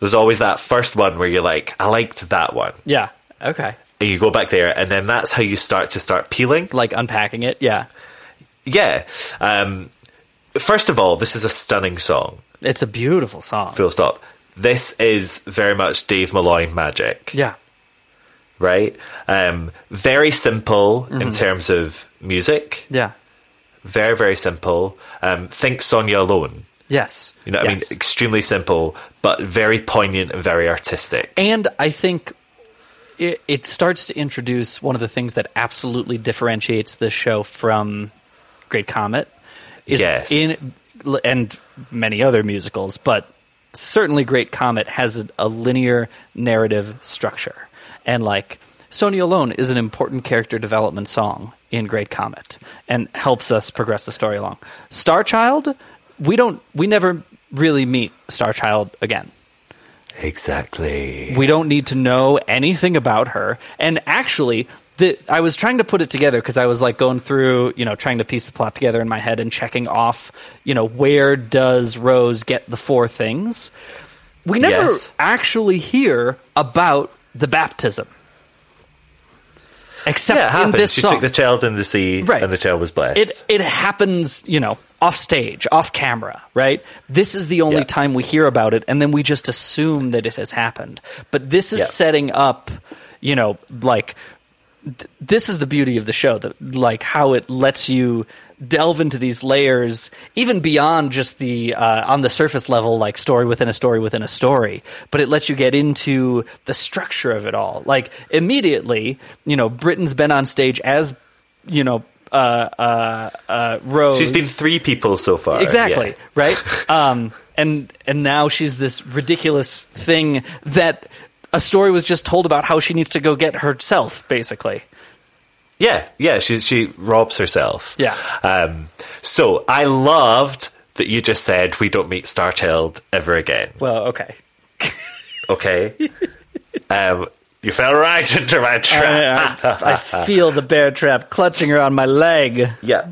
there's always that first one where you're like, I liked that one. Yeah. Okay. And you go back there, and then that's how you start to start peeling. Like unpacking it. Yeah. Yeah. Um, first of all, this is a stunning song. It's a beautiful song. Full stop. This is very much Dave Malloy magic. Yeah. right? Um, very simple mm-hmm. in terms of music. Yeah. Very, very simple. Um, think Sonia alone. Yes. You know what yes. I mean? Extremely simple, but very poignant and very artistic. And I think it, it starts to introduce one of the things that absolutely differentiates this show from Great Comet. yes. In, and many other musicals, but certainly Great Comet has a, a linear narrative structure. And like, Sonia Alone is an important character development song in Great Comet and helps us progress the story along. Star Child we don't we never really meet Starchild again. Exactly. We don't need to know anything about her. And actually, the, I was trying to put it together because I was like going through, you know, trying to piece the plot together in my head and checking off, you know, where does Rose get the four things? We never yes. actually hear about the baptism. Except yeah, it happens. in this she song. took the child in the sea, right. and the child was blessed. It it happens, you know, off stage, off camera, right? This is the only yeah. time we hear about it, and then we just assume that it has happened. But this is yeah. setting up, you know, like th- this is the beauty of the show, that like how it lets you delve into these layers, even beyond just the uh, on the surface level, like story within a story within a story. But it lets you get into the structure of it all. Like immediately, you know, Britain's been on stage as you know. Uh, uh, Rose. She's been three people so far. Exactly yeah. right. um, and and now she's this ridiculous thing that a story was just told about how she needs to go get herself, basically. Yeah, yeah, she she robs herself. Yeah. Um, so I loved that you just said we don't meet Starchild ever again. Well, okay. okay. Um, you fell right into my trap. I, I, I, feel the bear trap clutching around my leg. Yeah.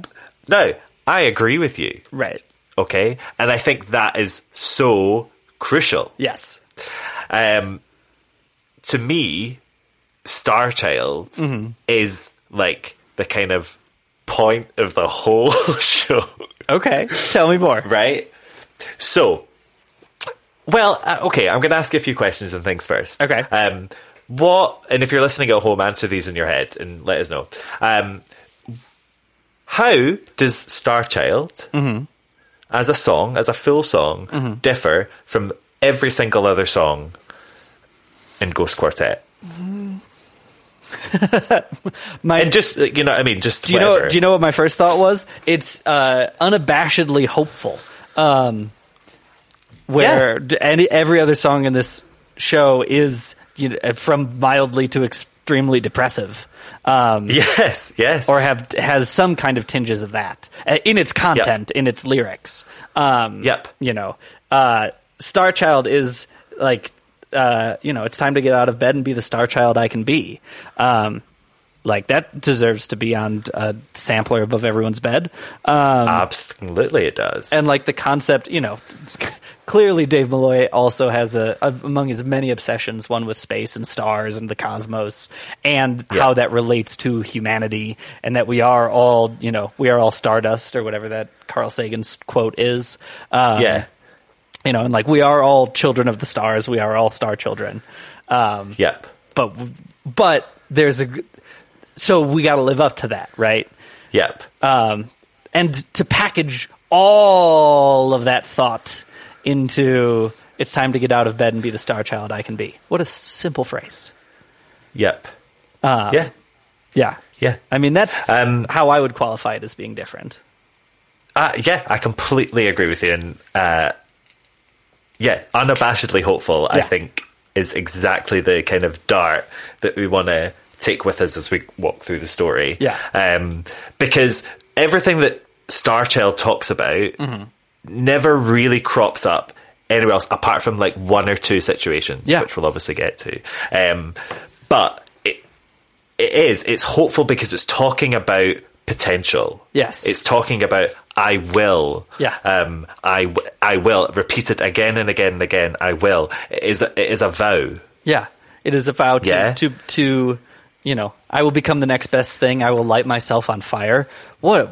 No, I agree with you. Right. Okay. And I think that is so crucial. Yes. Um, to me, Starchild mm-hmm. is like the kind of point of the whole show. Okay, tell me more. Right? So, well, uh, okay, I'm going to ask you a few questions and things first. Okay. Um, what, and if you're listening at home, answer these in your head and let us know. Um, how does Starchild, mm-hmm. as a song, as a full song, mm-hmm. differ from every single other song in Ghost Quartet? Mm-hmm. my, and just you know, I mean, just do you whatever. know? Do you know what my first thought was? It's uh, unabashedly hopeful. Um, where yeah. any every other song in this show is you know, from mildly to extremely depressive. Um, yes, yes, or have has some kind of tinges of that uh, in its content, yep. in its lyrics. Um, yep, you know, uh, Star Child is like uh, you know, it's time to get out of bed and be the star child I can be. Um, like that deserves to be on a sampler above everyone's bed. Um, Absolutely, it does. And like the concept, you know, clearly Dave Malloy also has a, a, among his many obsessions one with space and stars and the cosmos and yeah. how that relates to humanity and that we are all, you know, we are all stardust or whatever that Carl Sagan's quote is. Uh, Um, yeah you know, and like we are all children of the stars. We are all star children. Um, yep. But but there's a so we got to live up to that, right? Yep. Um, and to package all of that thought into it's time to get out of bed and be the star child I can be. What a simple phrase. Yep. Um, yeah. Yeah. Yeah. I mean, that's how I would qualify it as being different. Uh, yeah, I completely agree with you. And, uh, yeah, unabashedly hopeful, yeah. I think, is exactly the kind of dart that we want to take with us as we walk through the story. Yeah. Um, because everything that Starchild talks about mm-hmm. never really crops up anywhere else apart from like one or two situations, yeah. which we'll obviously get to. Um, but it, it is, it's hopeful because it's talking about potential. Yes. It's talking about I will. Yeah. Um, I, w- I will. Repeat it again and again and again. I will. It is a, it is a vow. Yeah. It is a vow to, yeah. to, to, you know, I will become the next best thing. I will light myself on fire. What,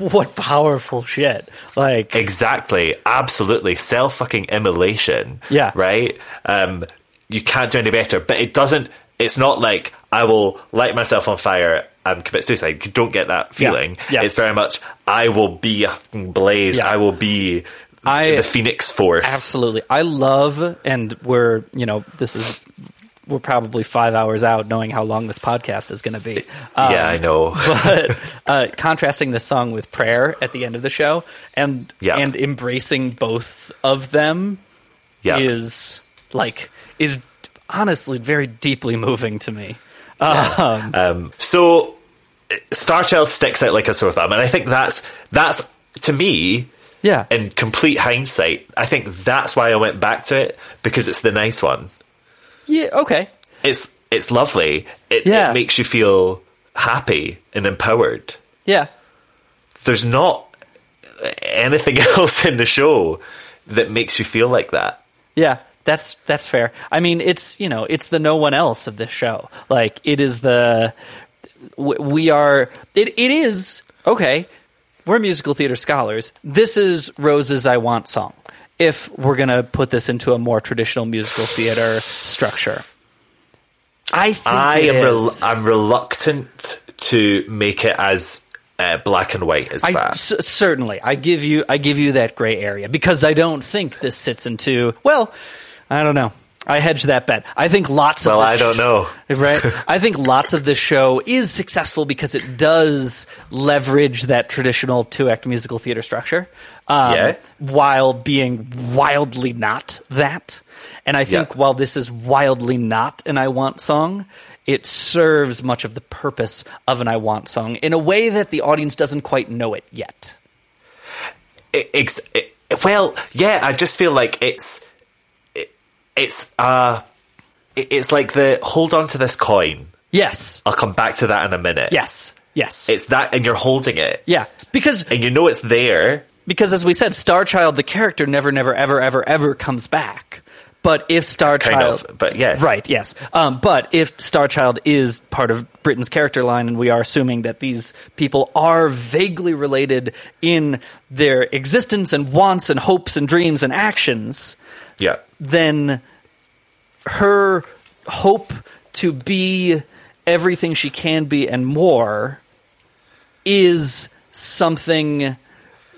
what powerful shit. Like, exactly. Absolutely. Self fucking immolation. Yeah. Right. Um, you can't do any better, but it doesn't, It's not like I will light myself on fire and commit suicide. You don't get that feeling. Yeah. Yeah. It's very much I will be a fucking blaze. Yeah. I will be I- the Phoenix Force. Absolutely. I love, and we're, you know, this is, we're probably five hours out knowing how long this podcast is going to be. Um, yeah, I know. but uh, contrasting this song with prayer at the end of the show and Yeah. and embracing both of them Yeah. is like is honestly very deeply moving to me. Um, Um, so uh, Star Child sticks out like a sore thumb, and I think that's that's to me. Yeah. In complete hindsight, I think that's why I went back to it because it's the nice one. yeah, okay. It's it's lovely. It, Yeah. it makes you feel happy and empowered. Yeah. There's not anything else in the show that makes you feel like that. Yeah, that's that's fair. I mean, it's you know, it's the no one else of this show. Like it is the w- we are. It it is okay. We're musical theater scholars. This is Rose's "I Want" song. If we're gonna put this into a more traditional musical theater structure, I think I it am rel- is. I'm reluctant to make it as uh, black and white as I- that. c- certainly, I give you, I give you that gray area because I don't think this sits into. Well, I don't know. I hedge that bet. I think lots of. well, this I don't know. right? I think lots of this show is successful because it does leverage that traditional two act musical theater structure um, Yeah. while being wildly not that. And I think Yeah. while this is wildly not an I Want song, it serves much of the purpose of an I Want song in a way that the audience doesn't quite know it yet. It- ex- it- well, yeah, I just feel like it's it, it's uh it- it's like the hold on to this coin. Yes. I'll come back to that in a minute. Yes. Yes. It's that and you're holding it. yeah. Because And you know it's there. because as we said, Star Child, the character, never, never, ever, ever, ever comes back. But if Star Kind Child, of, but yes. right, yes. Um, but if Star Child is part of Britain's character line, and we are assuming that these people are vaguely related in their existence and wants and hopes and dreams and actions, Yeah. then her hope to be everything she can be and more is something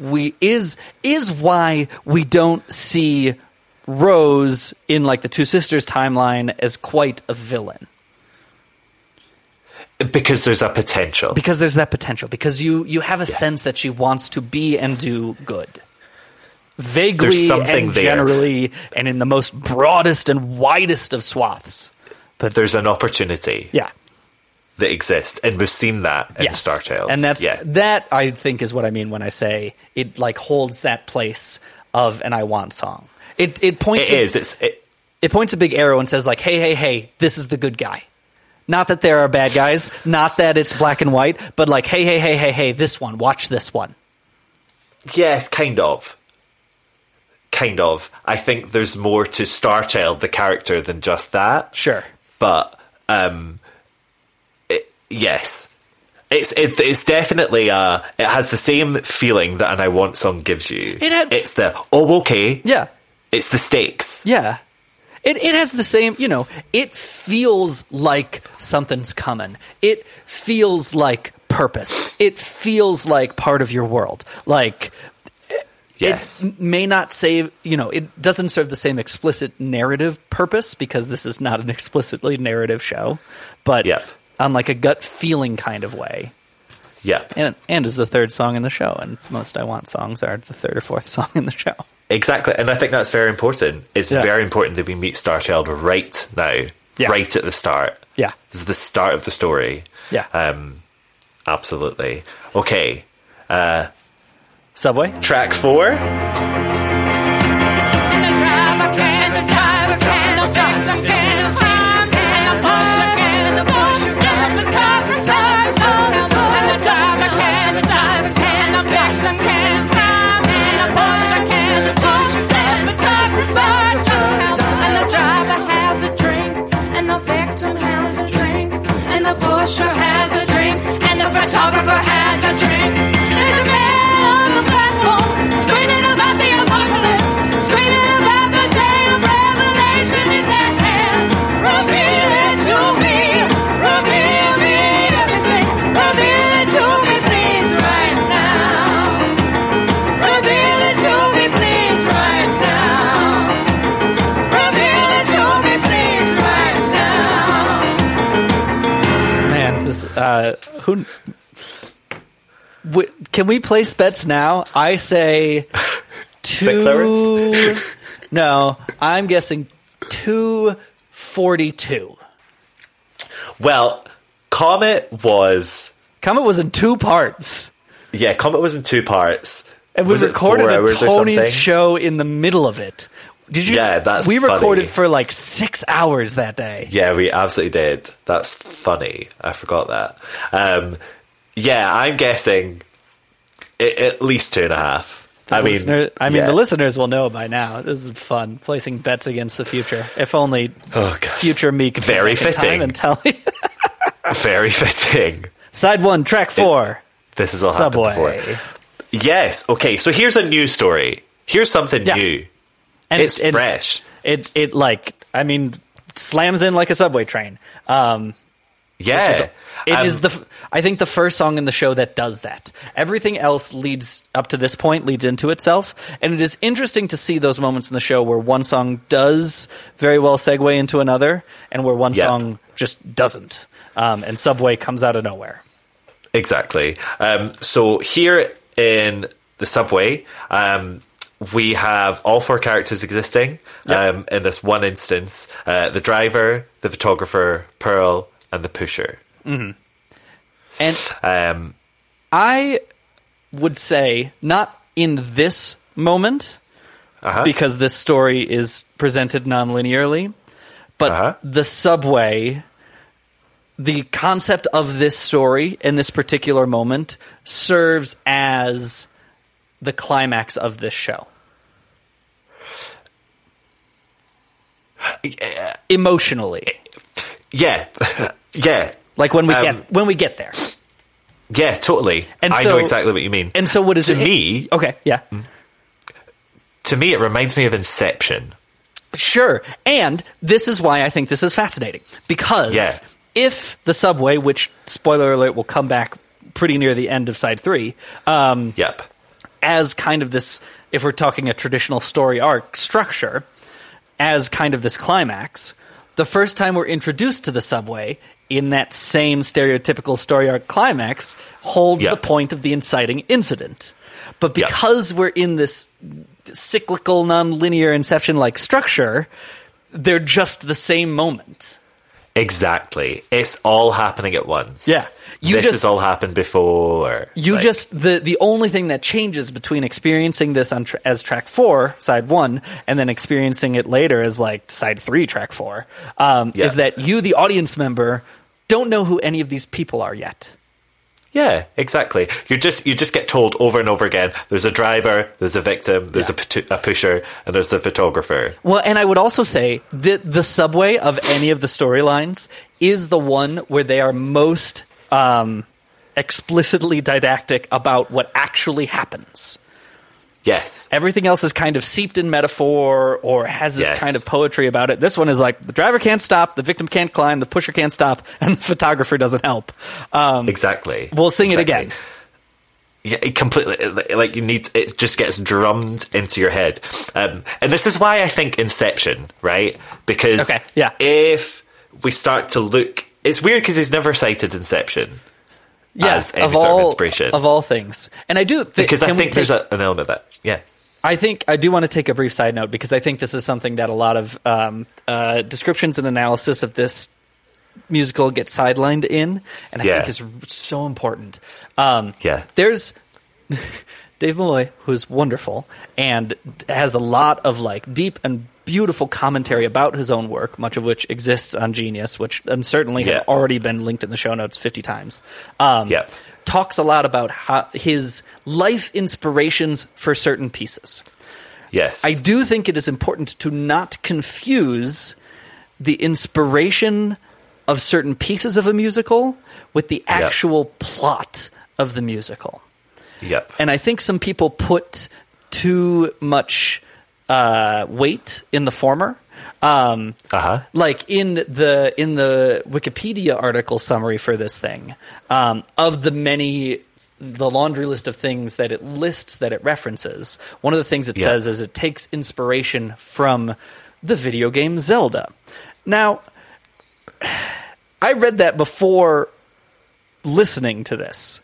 we is is why we don't see Rose in like the two sisters timeline as quite a villain Because there's a potential. because there's that potential because you you have a sense that she wants to be and do good vaguely There's something and there. generally and in the most broadest and widest of swaths But there's an opportunity yeah that exists. And we've seen that in yes. Star Child. And that's yeah. that I think is what I mean when I say it like holds that place of an I want song. It it points It a- is. It's it, it points a big arrow and says like, "Hey, hey, hey, this is the good guy." Not that there are bad guys, not that it's black and white, but like, "Hey, hey, hey, hey, hey, this one, watch this one." Yes, kind of. Kind of. I think there's more to Star Child, the character, than just that. Sure. But um, it, yes, it's it, it's definitely uh, it has the same feeling that an I Want song gives you. It had- it's the oh okay, Yeah. it's the stakes. Yeah. It, it has the same, you know, it feels like something's coming. It feels like purpose. It feels like part of your world. Like, Yes, it may not save you know it doesn't serve the same explicit narrative purpose because this is not an explicitly narrative show but Yep. on like a gut feeling kind of way yeah, and and is the third song in the show and most i want songs are the third or fourth song in the show exactly. And I think that's very important. It's Yeah. very important that we meet Star Child right now, Yeah. right at the start. yeah This is the start of the story. yeah Um, absolutely. Okay. subway Track four. And the driver can't, the driver can't, the doctor can't, the crime can't, the pusher can't, the coach can't, the cop can't, the doctor And the driver can't, the driver can't, the doctor can't, crime can't, the pusher can't, the coach can't, the cop can't. And the driver has a drink, and the victim has a drink, and the pusher has a drink, and the photographer has a drink. There's a man on the platform screaming about the apocalypse, screaming about the day of revelation is at hand. Reveal it to me, uh, who? W- can we place bets now? I say two. Six hours? no, I'm guessing two forty-two. Well, Comet was Comet was in two parts, yeah. Comet was in two parts. and we Was it recorded four a hours or something? Tony's show in the middle of it. Did you? Yeah, that's we funny. recorded for like six hours that day. Yeah, we absolutely did. That's funny. I forgot that. Um, yeah, I'm guessing it, at least two and a half. The I mean, listener- I mean, yeah. the listeners will know by now. This is fun placing bets against the future. If only Oh, gosh. future me could go Very back in time fitting. and tell me. very fitting. Side one, track four. This has all Subway. happened before. Yes. Okay. So here's a new story. Here's something Yeah. new. It's fresh. It it like I mean slams in like a subway train. Um, Yeah. Which is- it Um, is the f- I think the first song in the show that does that. Everything else leads up to this point leads into itself, and it is interesting to see those moments in the show where one song does very well segue into another, and where one Yep. song just doesn't. Um, and Subway comes out of nowhere. Exactly. Um, so here in the subway, um, we have all four characters existing um, in this one instance: uh, the driver, the photographer, Pearl, and the pusher. Mm-hmm. And Um, I would say not in this moment Uh-huh. because this story is presented non-linearly, but Uh-huh. the subway the concept of this story in this particular moment serves as the climax of this show. Emotionally. yeah, yeah. Like when we Um, get when we get there. yeah, totally. And I so- know exactly what you mean. And so what is to it? me? Okay, yeah. To me, it reminds me of Inception. Sure. And this is why I think this is fascinating. Because Yeah. if the subway, which, spoiler alert, will come back pretty near the end of side three, um, yep. as kind of this, if we're talking a traditional story arc structure, as kind of this climax, the first time we're introduced to the subway in that same stereotypical story arc climax holds Yeah. the point of the inciting incident. But because we're in this cyclical, nonlinear inception like structure, they're just the same moment. Exactly. It's all happening at once. Yeah. You this just- has all happened before. You Like, just the the only thing that changes between experiencing this on tr- as track four, side one, and then experiencing it later as like side three, track four, um, Yeah. is that you, the audience member, don't know who any of these people are yet. Yeah, exactly. You just you just get told over and over again. There's a driver, there's a victim, there's a patu- a, pusher, and there's a photographer. Well, and I would also say that the subway of any of the storylines is the one where they are most um, explicitly didactic about what actually happens. Yes, Everything else is kind of seeped in metaphor or has this Yes. kind of poetry about it. This one is like the driver can't stop, the victim can't climb, the pusher can't stop, and the photographer doesn't help. Um, exactly. We'll sing it Exactly. again. Yeah, it completely. Like you need, it just gets drummed into your head, um, and this is why I think Inception, right? Because Okay, yeah. if we start to look, it's weird because he's never cited Inception Yes, as any of sort all of inspiration. of all things, and I do thi- because I can we think there's take- a, an element of that. Yeah, I think I do want to take a brief side note because I think this is something that a lot of um, uh, descriptions and analysis of this musical get sidelined in, and I Yeah. think is r- so important. Um, Yeah. there's Dave Malloy, who's wonderful and has a lot of like deep and beautiful commentary about his own work, much of which exists on Genius, which um, certainly Yeah. have already been linked in the show notes fifty times. Um, Yeah. talks a lot about how his life inspirations for certain pieces. yes, I do think it is important to not confuse the inspiration of certain pieces of a musical with the actual plot of the musical. yep. And I think some people put too much uh, weight in the former. Um, Uh huh. like in the in the Wikipedia article summary for this thing, um, of the many the laundry list of things that it lists that it references, one of the things it Yeah. says is it takes inspiration from the video game Zelda. Now, I read that before listening to this.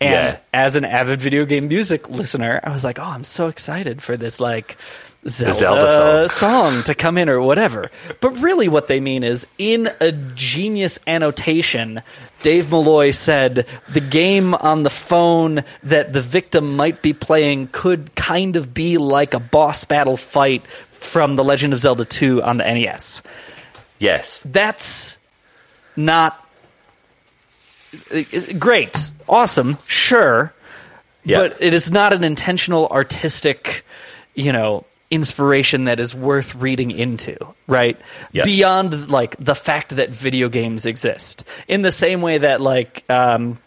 And Yeah. as an avid video game music listener, I was like, "Oh, I'm so excited for this like Zelda, Zelda song. to come in or whatever." But really, what they mean is, in a genius annotation, Dave Malloy said the game on the phone that the victim might be playing could kind of be like a boss battle fight from The Legend of Zelda 2 on the NES. Yes. That's not uh, great, awesome, sure, but it is not an intentional artistic, you know, inspiration that is worth reading into, right? Yeah. Beyond like the fact that video games exist, in the same way that like. Um,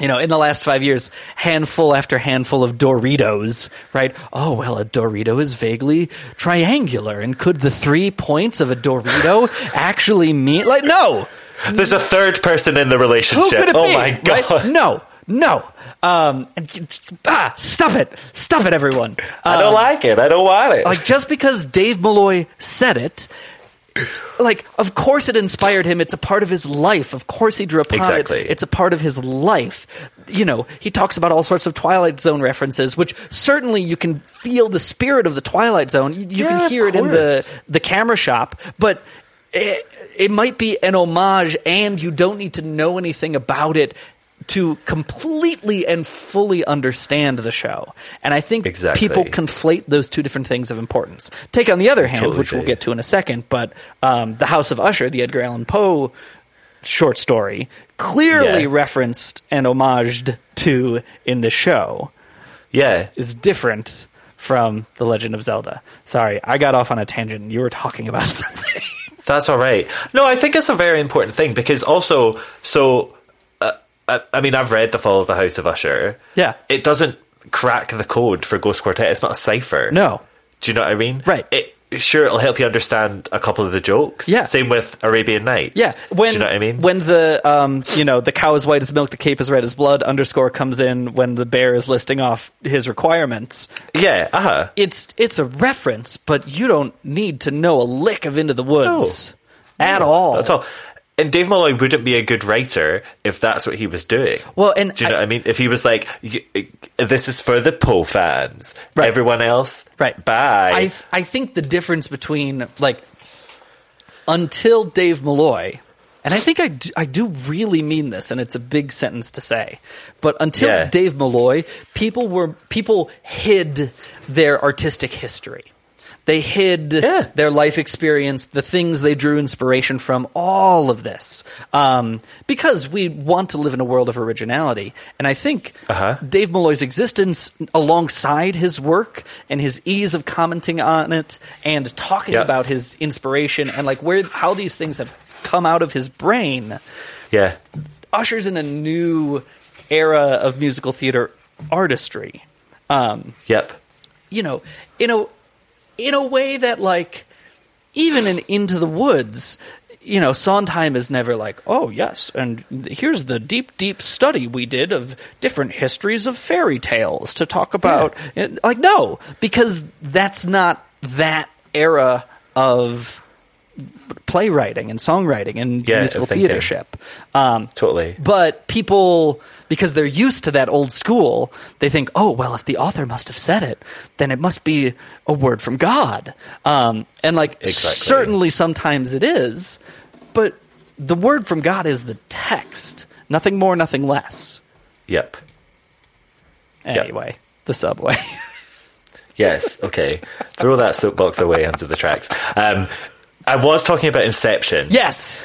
you know, in the last five years, handful after handful of Doritos, right? Oh, well, a Dorito is vaguely triangular. And could the three points of a Dorito actually mean, like, no, There's a third person in the relationship. who could it oh be? my god. Right? No, no. Um, and- ah, stop it. Stop it, everyone. I don't like it. I don't want it. um, Like, just because Dave Malloy said it, like, of course it inspired him. It's a part of his life. Of course he drew upon Exactly. it. It's a part of his life. You know, he talks about all sorts of Twilight Zone references, which certainly you can feel the spirit of the Twilight Zone. You, you Yeah, can of hear it in course. the the camera shop, but it, it might be an homage, and you don't need to know anything about it to completely and fully understand the show. And I think people conflate those two different things of importance. Take on the other hand, Totally which we'll do. get to in a second, but um, the House of Usher, the Edgar Allan Poe short story, clearly Yeah. referenced and homaged to in the show yeah is different from the legend of zelda sorry i got off on a tangent you were talking about something That's all right. No, I think it's a very important thing because also, so uh, I, I mean, I've read the Fall of the House of Usher. Yeah. it doesn't crack the code for Ghost Quartet. It's not a cipher. No. do you know what I mean? Right. It sure it'll help you understand a couple of the jokes. Yeah. Same with Arabian Nights. yeah when do you know what I mean? when the um you know the cow is white as milk the cape is red as blood underscore comes in when the bear is listing off his requirements yeah uh huh it's it's a reference but you don't need to know a lick of into the woods at all That's all. And Dave Malloy wouldn't be a good writer if that's what he was doing. Well, and do you know what I mean? If he was like, y- "This is for the Poe fans," everyone else, right? Bye. I I think the difference between like until Dave Malloy, and I think I do, I do really mean this, and it's a big sentence to say, but until Yeah. Dave Malloy, people were people hid their artistic history. They hid their life experience, the things they drew inspiration from, all of this, um, because we want to live in a world of originality. And I think Dave Malloy's existence, alongside his work and his ease of commenting on it and talking Yeah. about his inspiration and like where how these things have come out of his brain, yeah, ushers in a new era of musical theater artistry. Um, yep. you know, in a in a way that like even in Into the Woods, you know, Sondheim is never like, oh yes, and here's the deep, deep study we did of different histories of fairy tales to talk about. And, Like, no, because that's not that era of playwriting and songwriting and Yeah, musical thinking. theatership. Um, totally. But people, because they're used to that old school, they think, oh, well, if the author must have said it, then it must be a word from God. Um, and like, certainly sometimes it is, but the word from God is the text. Nothing more, nothing less. Yep. Anyway, the subway. Yes. Okay. Throw that soapbox away under the tracks. Um, I was talking about Inception. Yes.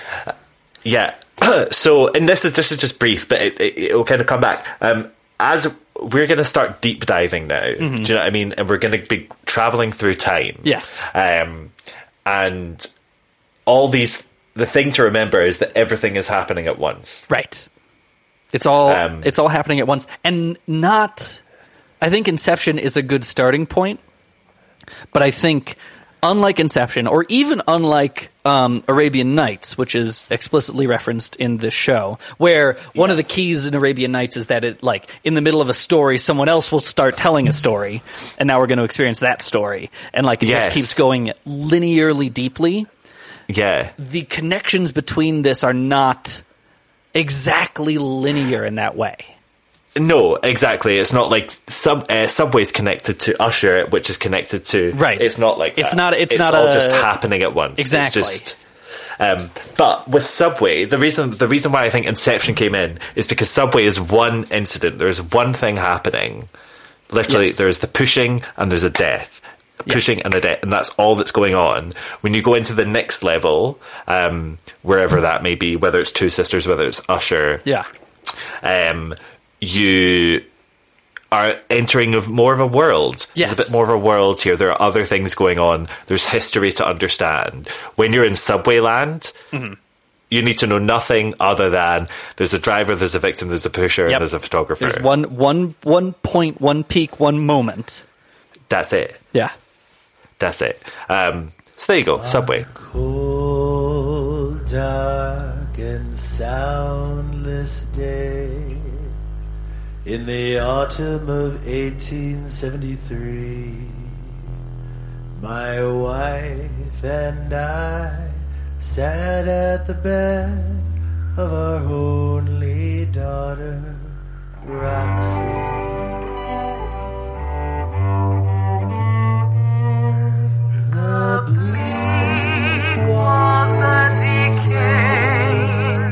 Yeah. so, and this is this is just brief, but it, it, it'll kind of come back. Um, as we're going to start deep diving now, Mhm. do you know what I mean? And we're going to be traveling through time. Yes. Um, and all these, the thing to remember is that everything is happening at once. Right. It's all it's all happening at once, and not. I think Inception is a good starting point, but I think unlike Inception, or even unlike um, Arabian Nights, which is explicitly referenced in this show, where one of the keys in Arabian Nights is that it like in the middle of a story, someone else will start telling a story, and now we're going to experience that story, and like it Yes. just keeps going linearly deeply Yeah. the connections between this are not exactly linear in that way. No, exactly. It's not like sub uh, subways connected to Usher, which is connected to right. It's not like it's that. not. It's, it's not all a, just happening at once. Exactly. It's just, um, but with Subway, the reason the reason why I think Inception came in is because Subway is one incident. There is one thing happening. Literally, Yes. there is the pushing and there's a death. A Pushing and a death, and that's all that's going on. When you go into the next level, um, wherever that may be, whether it's Two Sisters, whether it's Usher, Yeah. um, you are entering of more of a world. Yes. There's a bit more of a world here. There are other things going on. There's history to understand. When you're in Subway Land, Mm-hmm. you need to know nothing other than there's a driver, there's a victim, there's a pusher, Yep. and there's a photographer. There's one one one point, one peak, one moment. That's it. Yeah. That's it. Um, so there you go. Subway. cold, dark, and soundless day in the autumn of 1873. My wife and I sat at the bed of our only daughter, Roxy. The bleak walls that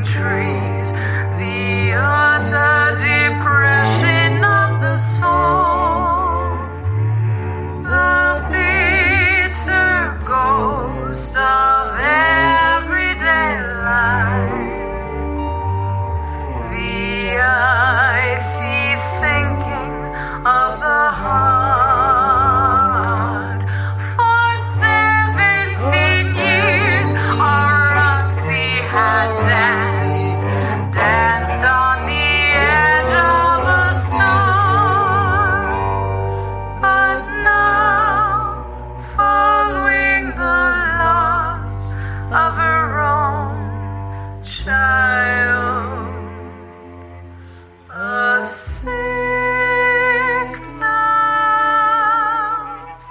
decaying trees, the utter depression of the soul, the bitter ghost of everyday life, the icy sinking of the heart. For seventeen years, Roxy had danced, danced on the edge of a storm. But now, following the loss of her own child, a sickness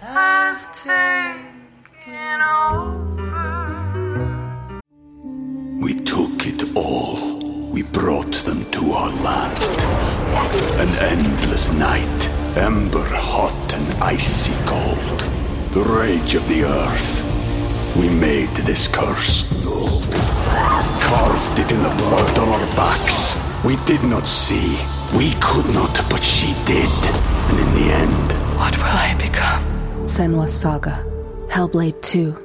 has taken over. We took it all. We brought them to our land. An endless night, ember hot and icy cold. The rage of the earth. We made this curse. Carved it in the blood on our backs. We did not see. We could not, but she did. And in the end, What will I become? Senwa Saga, Hellblade 2.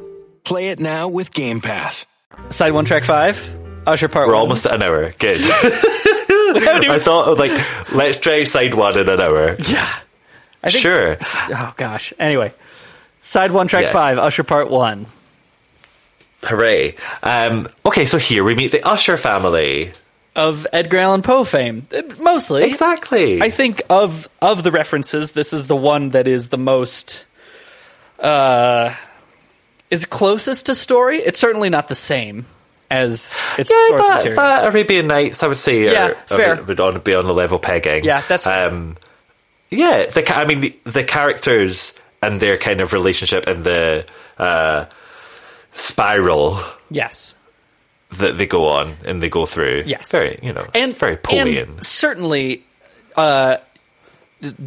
Play it now with Game Pass. Side one, track five. Usher part. We're one. almost at an hour. Good. I thought of like, let's try side one in an hour. Yeah. I think- sure. Oh gosh. Anyway, side one, track Yes. five. Usher part one. Hooray. Um, okay, so here we meet the Usher family. of Edgar Allan Poe fame, Uh, mostly. Exactly. I think of of the references, this is the one that is the most uh, is closest to story. It's certainly not the same as its Yeah, source that, material. that Arabian Nights, I would say, Yeah, are, fair. Would, would on, be on the level pegging. Yeah, that's fair. um, yeah. The ca- I mean, the, the characters and their kind of relationship and the uh, spiral yes. that they go on and they go through. Yes. very you know, it's very Poean. And certainly, uh,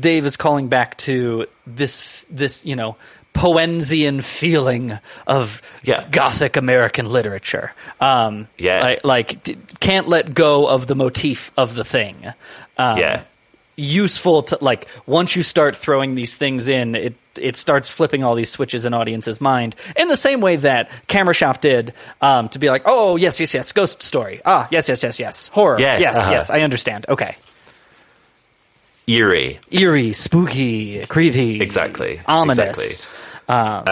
Dave is calling back to this this you know Poensian feeling of Gothic American literature. Um, Yeah. like, like d- can't let go of the motif of the thing. Um, Yeah. useful to like once you start throwing these things in it it starts flipping all these switches in audience's mind in the same way that camera shop did um, to be like oh yes yes yes ghost story ah yes yes yes yes horror Yes, yes yes, uh-huh. i understand okay eerie, eerie spooky creepy exactly, ominous Exactly.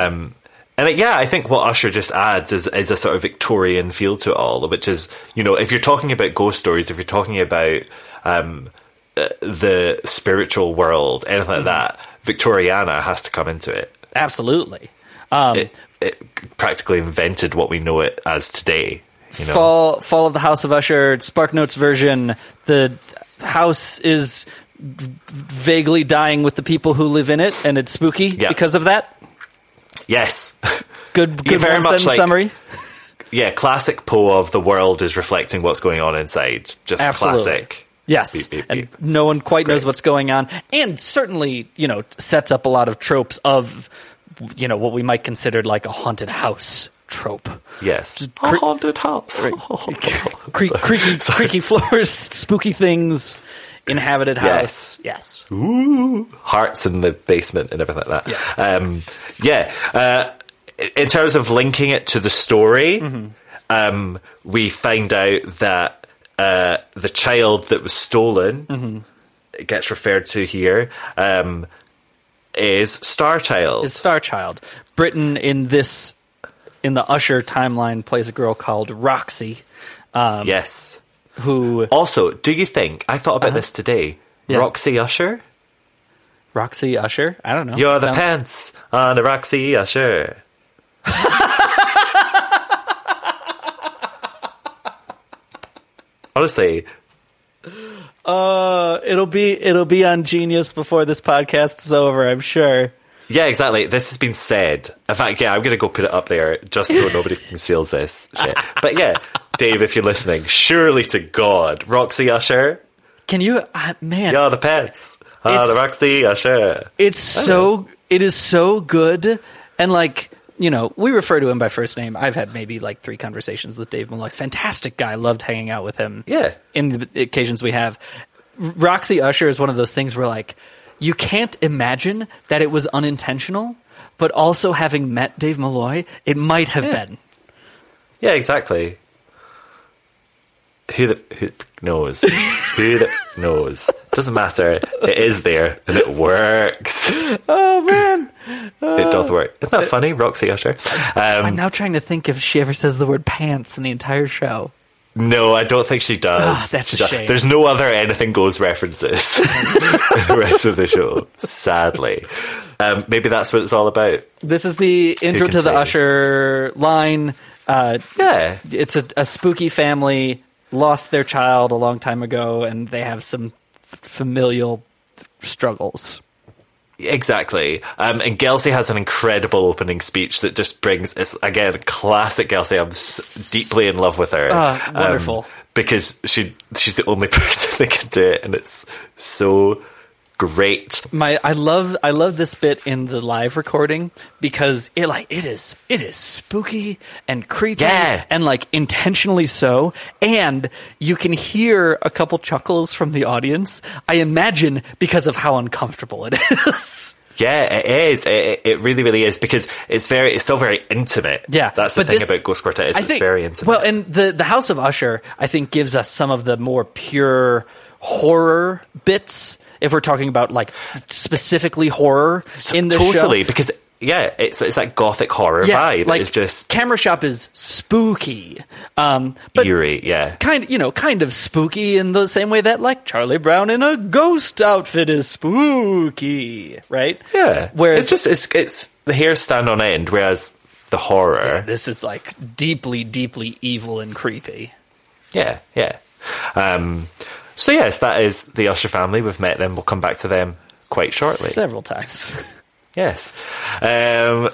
Um, and it, yeah, I think what Usher just adds is is a sort of Victorian feel to it all, which is you know if you're talking about ghost stories, if you're talking about um, uh, the spiritual world, anything Mm-hmm. like that, Victoriana has to come into it. absolutely um, it, it practically invented what we know it as today. You know, fall fall of the house of usher sparknotes version the house is v- vaguely dying with the people who live in it and it's spooky because of that yes, good Yeah, good one sentence like- summary yeah, classic Poe of the world is reflecting what's going on inside. Just Absolutely. classic. Yes, Beep, beep, and beep. no one quite knows what's going on, and certainly you know sets up a lot of tropes of you know what we might consider like a haunted house trope. Yes. Cre- haunted house. Cre- creaky, creaky floors, spooky things, inhabited house. Yes. Ooh. Hearts in the basement and everything like that. Yeah. Um, yeah. Uh, in terms of linking it to the story, Mm-hmm. um, we find out that uh, the child that was stolen Mm-hmm. it gets referred to here um, is Star Child. Is Star Child. Britain in this in the Usher timeline plays a girl called Roxy. Um, yes. Who also, do you think I thought about this today? Uh-huh. Yeah. Roxy Usher? Roxy Usher? I don't know. You're the Sounds- pants on the Roxy Usher. Honestly, Uh, it'll be it'll be on Genius before this podcast is over. I'm sure. yeah, exactly. This has been said. In fact, yeah, I'm going to go put it up there just so nobody can steal this shit. But yeah, Dave, if you're listening, surely to God, Roxy Usher, Can you, uh, man? you're the pants on the It's- Roxy Usher. It's so it is so good, and like you know, we refer to him by first name. I've had maybe like three conversations with Dave Malloy. Fantastic guy, loved hanging out with him. Yeah. in the occasions we have, R- Roxy Usher is one of those things where like you can't imagine that it was unintentional, but also having met Dave Malloy, it might have Yeah. been. Yeah, exactly. Who the who the knows? who the knows? Doesn't matter. It is there and it works. Oh man. Uh, it does work. Isn't that funny, Roxy Usher? I'm Um, now trying to think if she ever says the word pants in the entire show. no, I don't think she does. Ah, that's She a does- shame. There's no other anything goes references in the rest of the show. Sadly, um, maybe that's what it's all about. This is the intro can to the say? Usher line. Uh, Yeah. it's a, a spooky family lost their child a long time ago, and they have some f- familial struggles. Exactly. Um, and Gelsey has an incredible opening speech that just brings, it's again, classic Gelsey. I'm s- deeply in love with her. Um, Ah, wonderful. because she she's the only person that can do it, and it's so great. My, I love, I love this bit in the live recording because it like it is, it is spooky and creepy, Yeah. and like intentionally so. And you can hear a couple chuckles from the audience. I imagine because of how uncomfortable it is. Yeah, it is. It, it really, really is because it's very, it's still very intimate. Yeah, that's the but thing this- about Ghost Quartet. Is I it's think- very intimate. Well, and the the House of Usher, I think, gives us some of the more pure horror bits. If we're talking about like specifically horror in the totally show, because yeah, it's it's that gothic horror vibe. like it's just camera shop is spooky, um, but eerie. Yeah, kind you know kind of spooky in the same way that like Charlie Brown in a ghost outfit is spooky, right? yeah. it's Whereas just it's it's the hair stand on end, whereas the horror. this is like deeply, deeply evil and creepy. Yeah, yeah. Um, so yes, that is the Usher family. We've met them. We'll come back to them quite shortly. Several times. Yes. Um,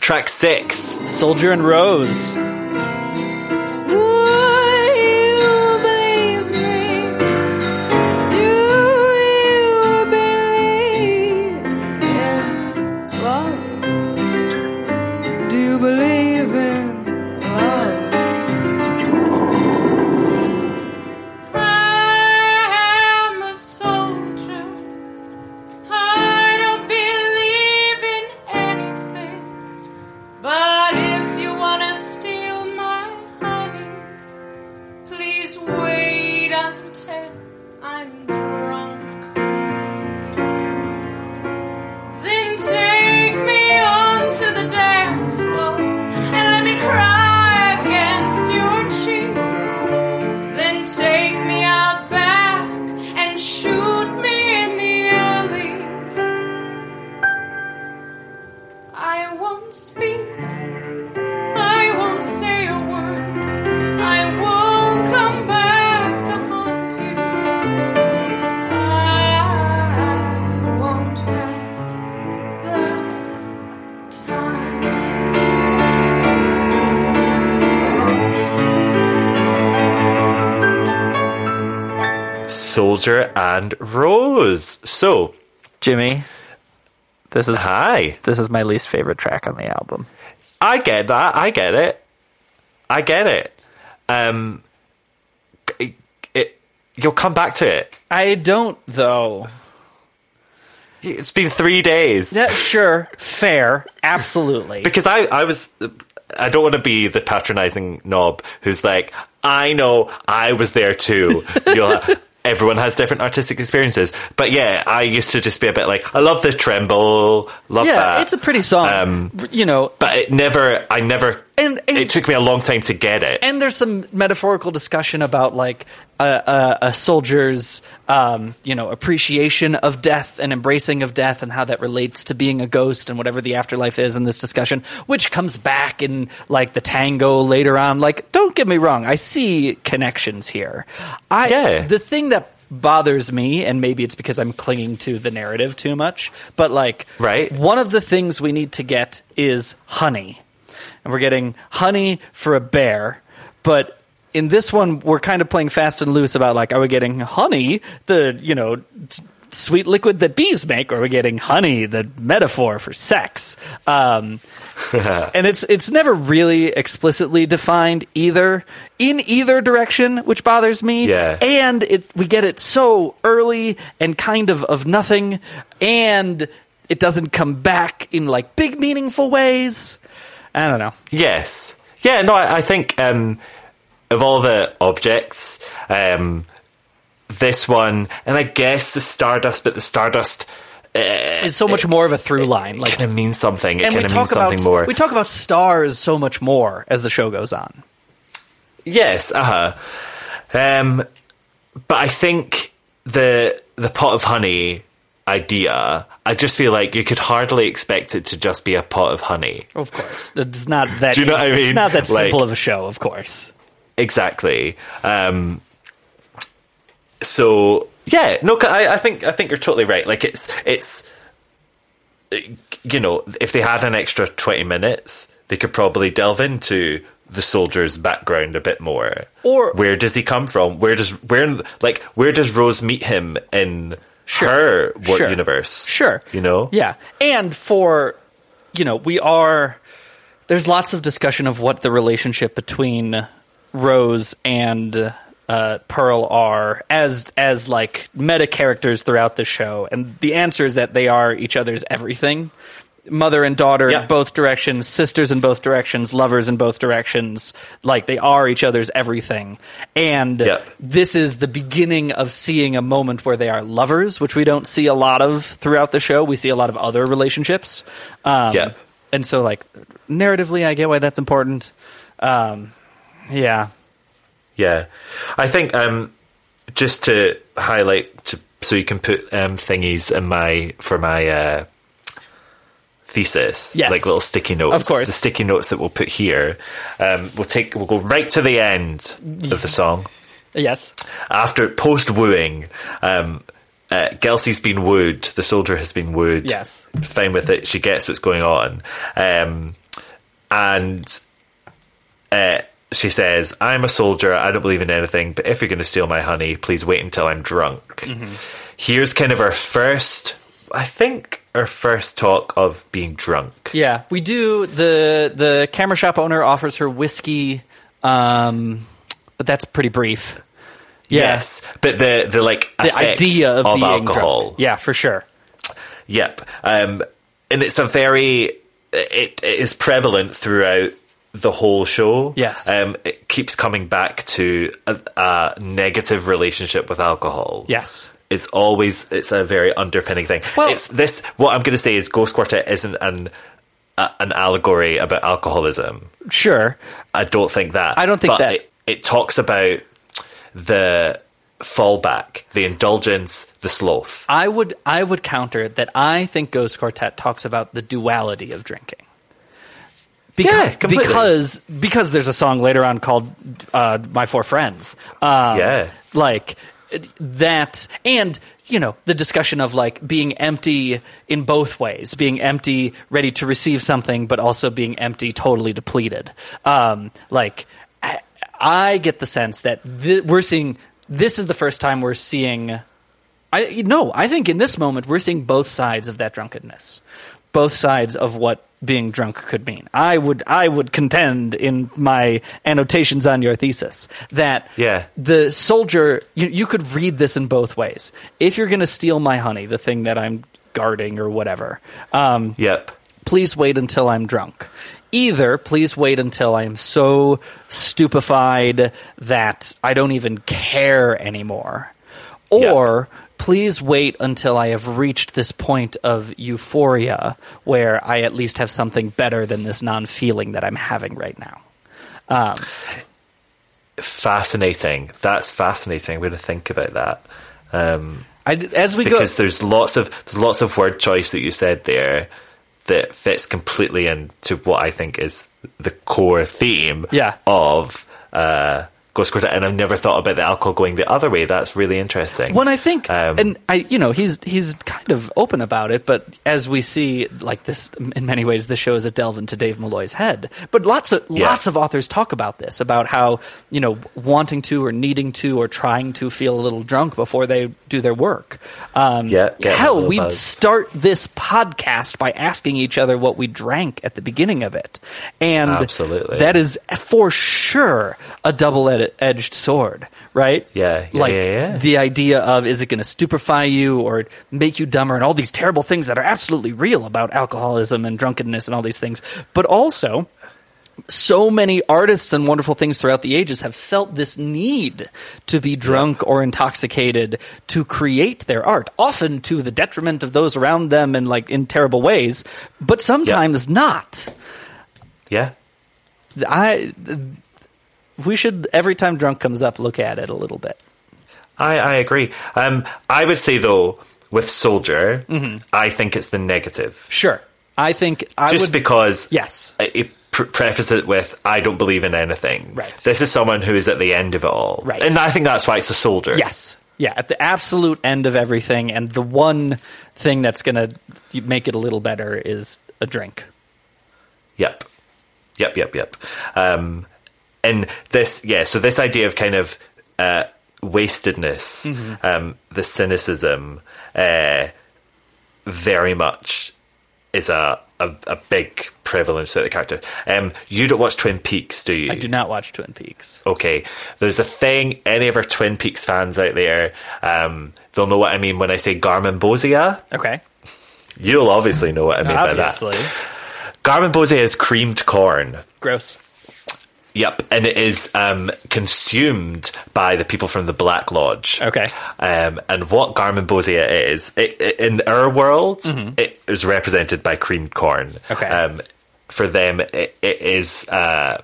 track six. Soldier and Rose. Would you believe me? Do you believe in love? Do you believe in love? I am a soldier. I don't believe in anything. But if you wanna steal my Soldier and Rose. So, Jimmy, this is hi. This is my least favorite track on the album. I get that. I get it. I get it. Um, it, it you'll come back to it. I don't though. It's been three days. Yeah, sure, fair, absolutely. Because I, I was, I don't want to be the patronizing knob who's like, I know, I was there too. You'll. Everyone has different artistic experiences, but yeah, I used to just be a bit like, I love the tremble, love yeah, that. it's a pretty song, um, you know. But it never, I never and, and, it took me a long time to get it. And there's some metaphorical discussion about like a, a, a soldier's, um, you know, appreciation of death and embracing of death, and how that relates to being a ghost and whatever the afterlife is in this discussion, which comes back in like the tango later on. Like, don't get me wrong, I see connections here. I yeah. the thing that bothers me and maybe it's because i'm clinging to the narrative too much but like right one of the things we need to get is honey and we're getting honey for a bear. But in this one, we're kind of playing fast and loose about like, are we getting honey, the you know t- sweet liquid that bees make, or are we getting honey, the metaphor for sex? Um, and it's it's never really explicitly defined either in either direction, which bothers me. Yeah. And it we get it so early and kind of of nothing, and it doesn't come back in like big meaningful ways. I don't know. Yes. Yeah, no, I, I think um, of all the objects, um, this one, and I guess the Stardust, but the Stardust. Uh, is so much it, more of a through line. Like, kind of means something. It and we kinda talk means something about, more. We talk about stars so much more as the show goes on. Yes, uh huh. Um, but I think the the pot of honey idea, I just feel like you could hardly expect it to just be a pot of honey. Of course, it's not that. Do you know easy. what I mean? It's not that Like- simple of a show. Of course, Exactly. Um, so yeah, no, 'cause I, I think I think you're totally right. Like it's it's you know if they had an extra twenty minutes, they could probably delve into the soldier's background a bit more. Or- where does he come from? Where does where like where does Rose meet him in her what Sure. universe? sure. you know, yeah. And for you know, we are. There's lots of discussion of what the relationship between Rose and uh, Pearl are as as like meta characters throughout the show, and the answer is that they are each other's everything. Mother and daughter Yeah. in both directions, sisters in both directions, lovers in both directions. Like they are each other's everything. And Yep. this is the beginning of seeing a moment where they are lovers, which we don't see a lot of throughout the show. We see a lot of other relationships. Um, Yeah. And so, like, narratively, I get why that's important. Um, yeah. Yeah, I think um, just to highlight, to, so you can put um, thingies in my for my uh, thesis, Yes. like little sticky notes. Of course. the sticky notes that we'll put here. Um, we'll take. We'll go right to the end of the song Yes. after post wooing. Um, uh, Gelsey's been wooed. The soldier has been wooed. Yes. fine with it. She gets what's going on, um, and uh, she says, "I'm a soldier. I don't believe in anything. But if you're going to steal my honey, please wait until I'm drunk." Mm-hmm. Here's kind of our first, I think, our first talk of being drunk. Yeah. We do. The, the camera shop owner offers her whiskey, um, but that's pretty brief. Yeah. Yes, but the the like The effect idea of, being alcohol. drunk. Yeah, for sure. Yep. Um, and it's a very it, it is prevalent throughout the whole show. Yes. Um, it keeps coming back to a, a negative relationship with alcohol. Yes. It's always it's a very underpinning thing. Well- it's this what I'm going to say is Ghost Quartet isn't an a, an allegory about alcoholism. Sure. I don't think that. I don't think But that- It, it talks about the fallback, the indulgence, the sloth. I would I would counter that I think Ghost Quartet talks about the duality of drinking. Beca- Yeah, completely. because because there's a song later on called uh, "My Four Friends." Um, Yeah. like it- that, and you know the discussion of like being empty in both ways, being empty, ready to receive something, but also being empty, totally depleted. Um, like I, I get the sense that th- we're seeing this is the first time we're seeing. I no, I think in this moment we're seeing both sides of that drunkenness, both sides of what being drunk could mean. I would I would contend in my annotations on your thesis that yeah. the soldier you, you could read this in both ways. If you're going to steal my honey, the thing that I'm guarding or whatever, um, yep. Please wait until I'm drunk. Either please wait until I am so stupefied that I don't even care anymore, or yep please wait until I have reached this point of euphoria where I at least have something better than this non feeling that I'm having right now. Um, fascinating. That's fascinating. I'm going to think about that. Um, I, as we because go, there's lots of there's lots of word choice that you said there that fits completely into what I think is the core theme yeah. of. Uh, Ghost Quartet, and I've never thought about the alcohol going the other way. That's really interesting. When I think, um, and I, you know, he's he's kind of open about it, but as we see, like this, in many ways, the show is a delve into Dave Malloy's head. But lots of yeah. lots of authors talk about this, about how you know wanting to or needing to or trying to feel a little drunk before they do their work. Um, yeah, hell, we would start this podcast by asking each other what we drank at the beginning of it, and absolutely, that is for sure a double edged edged sword, right? Yeah, yeah like yeah, yeah. the idea of is it going to stupefy you or make you dumber, and all these terrible things that are absolutely real about alcoholism and drunkenness and all these things, but also. So many artists and wonderful things throughout the ages have felt this need to be drunk or intoxicated to create their art, often to the detriment of those around them and like in terrible ways, but sometimes not. Yeah. I we should every time drunk comes up look at it a little bit i i agree um i would say though with soldier mm-hmm. i think it's the negative sure i think i just would, because yes it pre- prefaces it with i don't believe in anything right this is someone who is at the end of it all right and i think that's why it's a soldier yes yeah at the absolute end of everything and the one thing that's gonna make it a little better is a drink yep yep yep yep um and this yeah so this idea of kind of uh, wastedness mm-hmm. um, the cynicism uh, very much is a, a, a big prevalence of the character um, you don't watch twin peaks do you i do not watch twin peaks okay there's a thing any of our twin peaks fans out there um, they'll know what i mean when i say garmin bosia okay you'll obviously know what i mean obviously. by that garmin bosia is creamed corn gross Yep, and it is um, consumed by the people from the Black Lodge. Okay. Um, and what Garmin Bosia is, it, it, in our world, mm-hmm. it is represented by creamed corn. Okay. Um, for them, it, it is uh,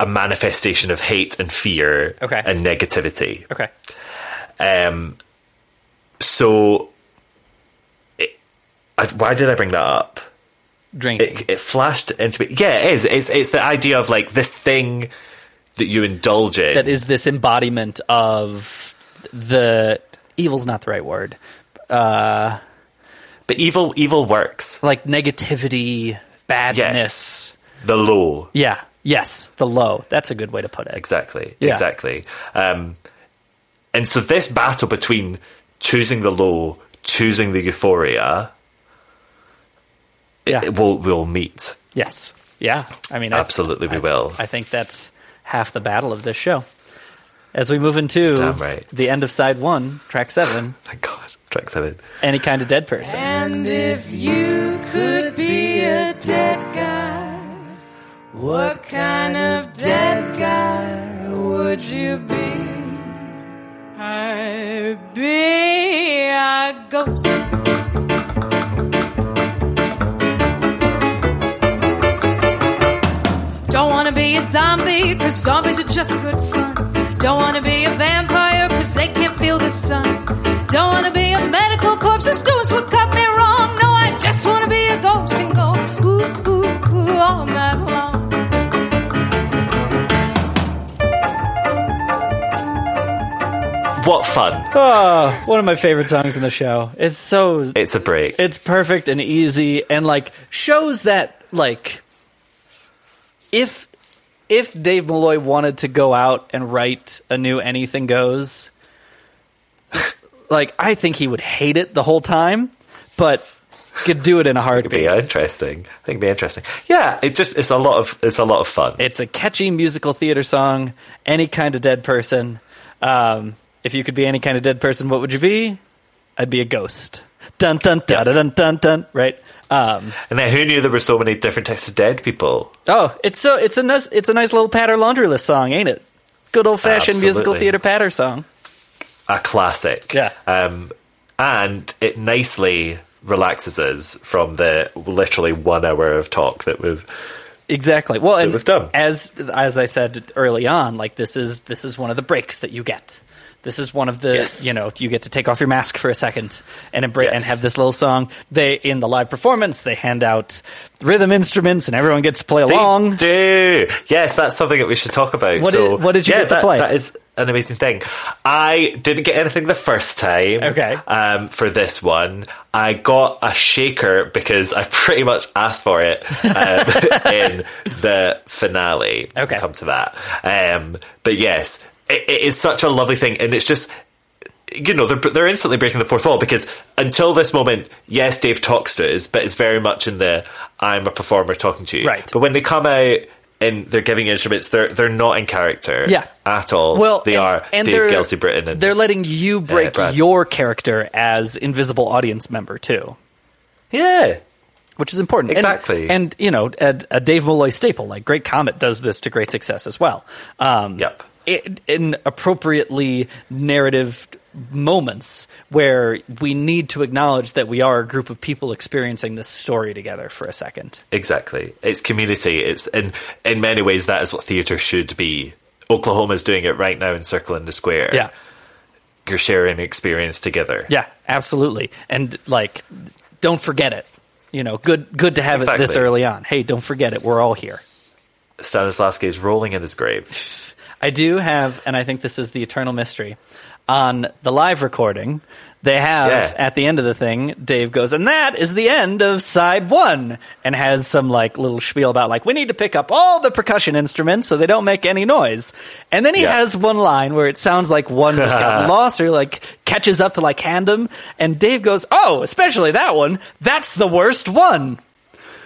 a manifestation of hate and fear okay. and negativity. Okay. Um, so, I, why did I bring that up? drinking. It, it, flashed into me. Yeah, it is. It's it's the idea of like this thing that you indulge in. That is this embodiment of the evil's not the right word. Uh, but evil evil works. Like negativity, badness. Yes. The low. Yeah. Yes. The low. That's a good way to put it. Exactly. Yeah. Exactly. Um, and so this battle between choosing the low, choosing the euphoria, yeah. It, we'll we'll meet. Yes. Yeah. I mean, absolutely, I, we will. I think that's half the battle of this show. As we move into right. the end of side one, track seven. My God, track seven. Any kind of dead person. And if you could be a dead guy, what kind of dead guy would you be? I'd be a ghost. Don't wanna be a zombie, cause zombies are just good fun. Don't wanna be a vampire, cause they can't feel the sun. Don't wanna be a medical corpse, this doing what got me wrong. No, I just wanna be a ghost and go ooh, ooh, ooh all night long. What fun. Oh, one of my favorite songs in the show. It's so. It's a break. It's perfect and easy and like shows that like if if Dave Malloy wanted to go out and write a new Anything Goes, like I think he would hate it the whole time, but could do it in a heartbeat. It'd be interesting. I think it'd be interesting. Yeah, it just it's a lot of it's a lot of fun. It's a catchy musical theater song. Any kind of dead person. Um, if you could be any kind of dead person, what would you be? I'd be a ghost. Dun dun dun dun dun dun. Right. Um, and then who knew there were so many different types of dead people? Oh, it's so it's a nice it's a nice little patter laundry list song, ain't it? Good old fashioned musical Absolutely. theater patter song. A classic. Yeah. Um, and it nicely relaxes us from the literally one hour of talk that we've Exactly. Well, and we've done. as as I said early on, like this is this is one of the breaks that you get. This is one of the Yes. you know you get to take off your mask for a second and embrace and Yes. have this little song. They in the live performance they hand out rhythm instruments and everyone gets to play They along. do. Yes, that's something that we should talk about. What so, did- what did you yeah, get to that- play? That is an amazing thing. I didn't get anything the first time. Okay. Um, for this one, I got a shaker because I pretty much asked for it um, in the finale. We'll Okay. come to that. Um, but yes, it, it is such a lovely thing, and it's just you know, they're, they're instantly breaking the fourth wall because until this moment, yes, Dave talks to us, but it's very much in the I'm a performer talking to you. Right. But when they come out and they're giving instruments, they're they're not in character Yeah. at all. Well, they and- are and Dave they're- Gelsey Britton and They're letting you break Brad. your character as invisible audience member too. Yeah. which is important. And- Exactly. And, you know, a, a Dave Malloy staple like Great Comet does this to great success as well. Um, Yep. It, in appropriately narrative moments where we need to acknowledge that we are a group of people experiencing this story together for a second. Exactly. It's community. It's in in many ways that is what theatre should be. Oklahoma's doing it right now in Circle in the Square. Yeah. You're sharing experience together. Yeah, absolutely. And like, don't forget it. You know, good good to have it this Exactly. early on. Hey, don't forget it. We're all here. Stanislavski is rolling in his grave. I do have, and I think this is the eternal mystery. On the live recording, they have Yeah. at the end of the thing, Dave goes, and that is the end of side one, and has some like little spiel about like we need to pick up all the percussion instruments so they don't make any noise. And then he Yeah. has one line where it sounds like one has gotten lost or like catches up to like Handem, and Dave goes, oh, especially that one, that's the worst one.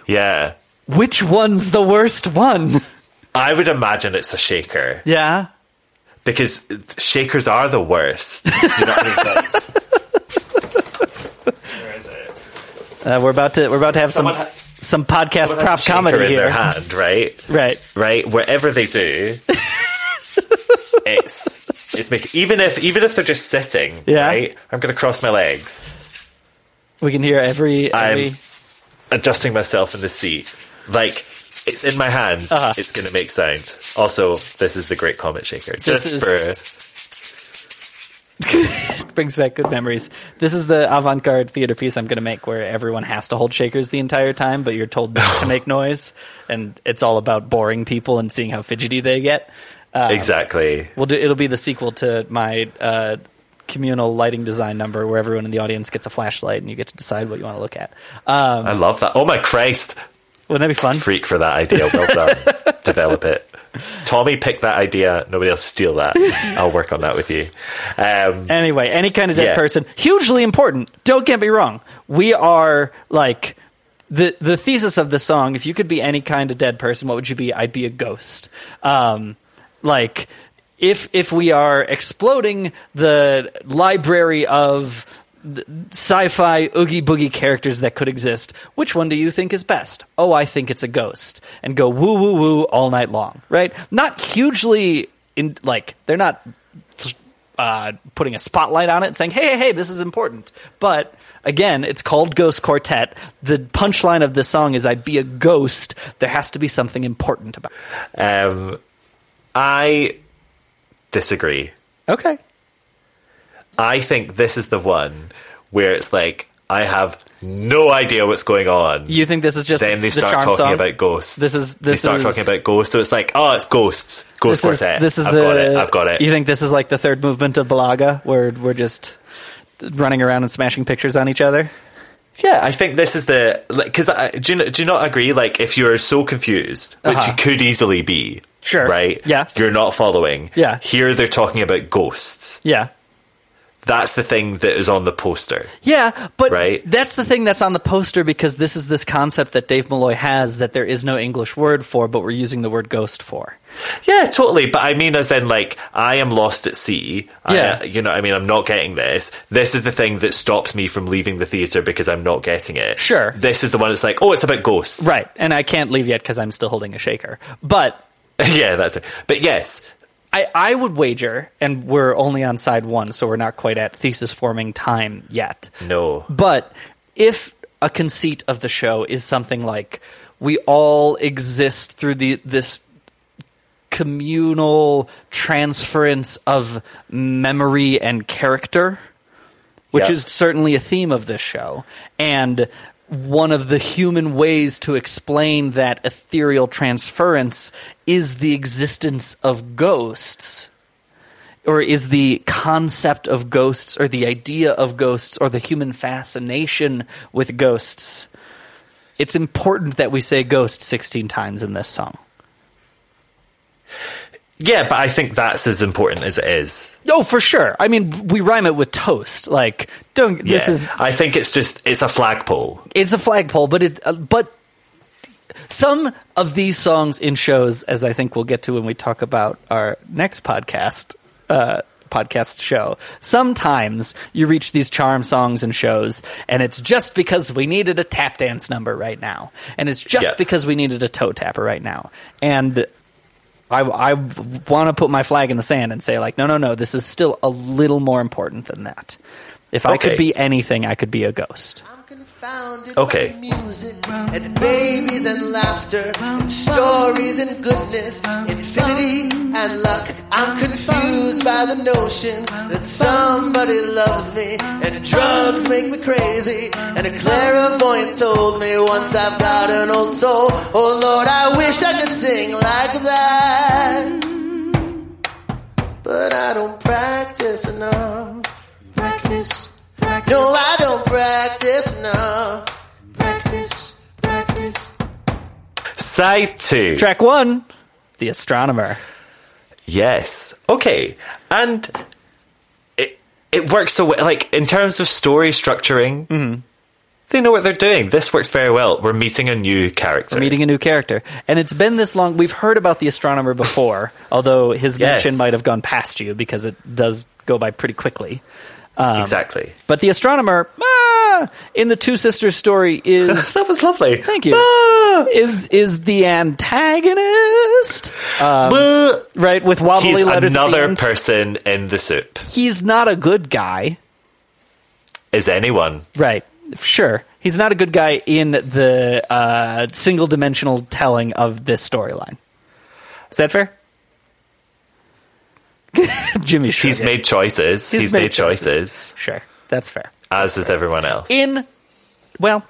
Yeah. Which one's the worst one? I would imagine it's a shaker. yeah. because shakers are the worst. Do you know what I mean? Like, where is it? Uh, we're about to we're about to have Someone some has- some podcast Someone prop has a shaker comedy in here. their hand, right? Right. Right. Wherever they do, it's it's making even if even if they're just sitting. Yeah. Right. I'm going to cross my legs. We can hear every, I'm every adjusting myself in the seat. Like it's in my hand. Uh-huh. It's going to make sound. Also, this is the Great Comet Shaker. Just is- for brings back good memories. This is the avant-garde theater piece I'm going to make where everyone has to hold shakers the entire time, but you're told not to make noise, and it's all about boring people and seeing how fidgety they get. uh, exactly. We'll do it'll be the sequel to my uh, communal lighting design number where everyone in the audience gets a flashlight and you get to decide what you want to look at. Um, I love that. Oh my Christ! wouldn't that be fun? freak for that idea. Well done. Develop it. Tommy picked that idea. Nobody else steal that. I'll work on that with you. Um, Anyway, any kind of dead Yeah. person, hugely important. Don't get me wrong. We are like the the thesis of the song. If you could be any kind of dead person, what would you be? I'd be a ghost. Um, like if if we are exploding the library of th- sci-fi oogie boogie characters that could exist which one do you think is best oh i think it's a ghost and go woo woo woo all night long right not hugely in like they're not uh, putting a spotlight on it and saying, hey, hey, hey, this is important. But again, it's called Ghost Quartet. The punchline of this song is, I'd be a ghost. There has to be something important about it. um, I disagree. Okay. I think this is the one where it's like I have no idea what's going on. You think this is just then they the start charm talking song? about ghosts. This is- they this start is- talking about ghosts. So it's like, oh, it's ghosts. Ghost This is, quartet. this is I've the, got it. I've got it. You think this is like the third movement of Balaga, where we're just running around and smashing pictures on each other? Yeah, I think this is the because I do you, do you not agree? Like, if you're so confused, which Uh-huh. you could easily be, Sure. Right? Yeah. You're not following. Yeah. Here they're talking about ghosts. Yeah. That's the thing that is on the poster. Yeah, but Right. that's the thing that's on the poster because this is this concept that Dave Malloy has that there is no English word for, but we're using the word ghost for. Yeah, totally. But I mean, as in, like, I am lost at sea. Yeah. I, you know, I mean, I'm not getting this. This is the thing that stops me from leaving the theater because I'm not getting it. Sure. This is the one that's like, oh, it's about ghosts. Right. And I can't leave yet because I'm still holding a shaker. But yeah, that's it. But yes, I, I would wager, and we're only on side one, so we're not quite at thesis forming time yet. no. But if a conceit of the show is something like we all exist through the this communal transference of memory and character, which Yeah. is certainly a theme of this show, and one of the human ways to explain that ethereal transference is the existence of ghosts or is the concept of ghosts or the idea of ghosts or the human fascination with ghosts it's important that we say ghost 16 times in this song Yeah, but I think that's as important as it is. oh for sure i mean we rhyme it with toast like don't this Yeah. is I think it's just it's a flagpole. it's a flagpole but it uh, but some of these songs in shows as i think we'll get to when we talk about our next podcast uh podcast show sometimes you reach these charm songs and shows and it's just because we needed a tap dance number right now and it's just Yeah. because we needed a toe tapper right now and I, I want to put my flag in the sand and say like no no no this is still a little more important than that if I could Okay. be anything I could be a ghost Founded Okay. by music and babies and laughter, and stories and goodness, infinity and luck. I'm confused by the notion that somebody loves me, and drugs make me crazy. And a clairvoyant told me once I've got an old soul. Oh Lord, I wish I could sing like that, but I don't practice enough. Practice, No, I don't practice enough. practice, practice. Side two. Track one, The Astronomer. Yes. Okay. And it it works so well. Like in terms of story structuring, Mm-hmm. they know what they're doing. This works very well. We're meeting a new character. We're meeting a new character. And it's been this long. We've heard about The Astronomer before, although his Yes. mention might have gone past you because it does go by pretty quickly. um, exactly. But The Astronomer, ah, in the Two Sisters story, is. That was lovely. Ah, Thank you. Is is the antagonist But right with wobbly he's letters? Um, at the another end. person in the soup. He's not a good guy. Is anyone? Right. Sure. He's not a good guy in the uh, single dimensional telling of this storyline. Is that fair? Jimmy sure. He's made choices. He's, made, choices, Sure. That's fair. as is everyone else. In well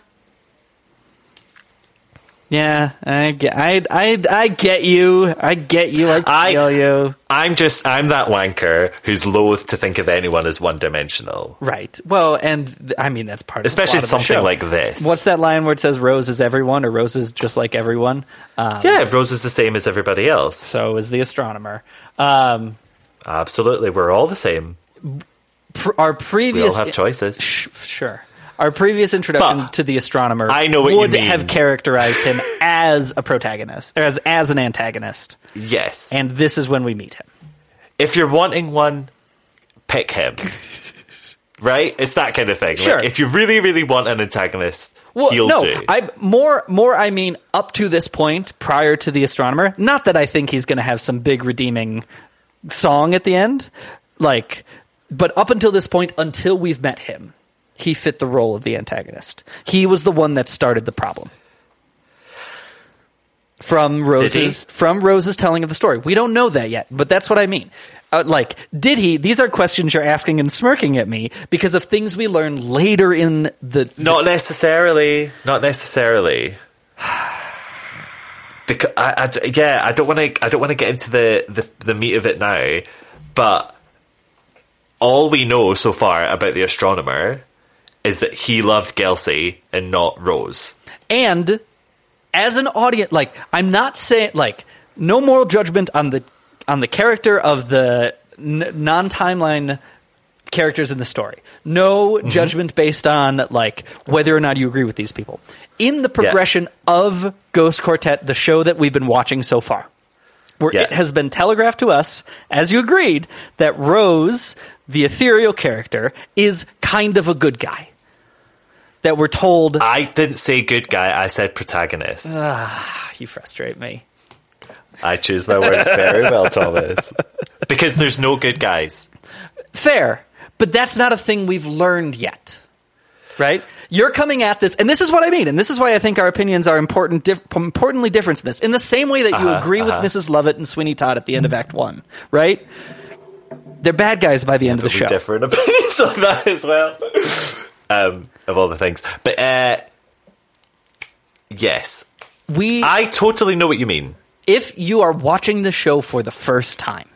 Yeah, I get I I I get you. I get you. I I- feel you. I'm just I'm that wanker who's loath to think of anyone as one dimensional. Right. Well, and th- I mean that's part of Especially the plot of the something show. like this. What's that line where it says "Rose is everyone" or "Rose is just like everyone"? Um, Yeah, Rose is the same as everybody else. So is the astronomer. Um, Absolutely, we're all the same. pr- our We previous all have choices. Sh- sure. Our previous introduction But- to the astronomer I know what you would mean. have characterized him as a protagonist or as as an antagonist, Yes. and this is when we meet him. if you're wanting one, pick him. right? It's that kind of thing. Like, Sure. if you really, really want an antagonist, Well, he'll no, do. I more more I mean up to this point prior to the astronomer. Not that I think he's going to have some big redeeming song at the end, like, but up until this point, until we've met him, he fit the role of the antagonist. He was the one that started the problem. From Rose's from Rose's telling of the story, we don't know that yet, but that's what I mean. Uh, like, did he? These are questions you're asking and smirking at me because of things we learn later in the Not necessarily. Not necessarily. Because I, I d- yeah, I don't want to. I don't want to get into the, the the meat of it now. But all we know so far about the astronomer is that he loved Gelsey and not Rose. And as an audience, like, I'm not saying, like, no moral judgment on the on the character of the n- non timeline characters in the story. No judgment based on like whether or not you agree with these people. In the progression of Ghost Quartet, the show that we've been watching so far, where Yeah. it has been telegraphed to us, as you agreed, that Rose, the ethereal character, is kind of a good guy. That we're told, I didn't say good guy. I said protagonist. ah, you frustrate me. I choose my words very well, Thomas. Because there's no good guys. Fair, but that's not a thing we've learned yet. Right? You're coming at this, and this is what I mean, and this is why I think our opinions are important, dif- importantly different in this. In the same way that you Uh-huh, agree uh-huh. with Mrs. Lovett and Sweeney Todd at the end of Act One, right? They're bad guys by the end of the We show. differ in opinions on that as well. Um, of all the things, but uh, yes, we. I totally know what you mean. If you are watching the show for the first time,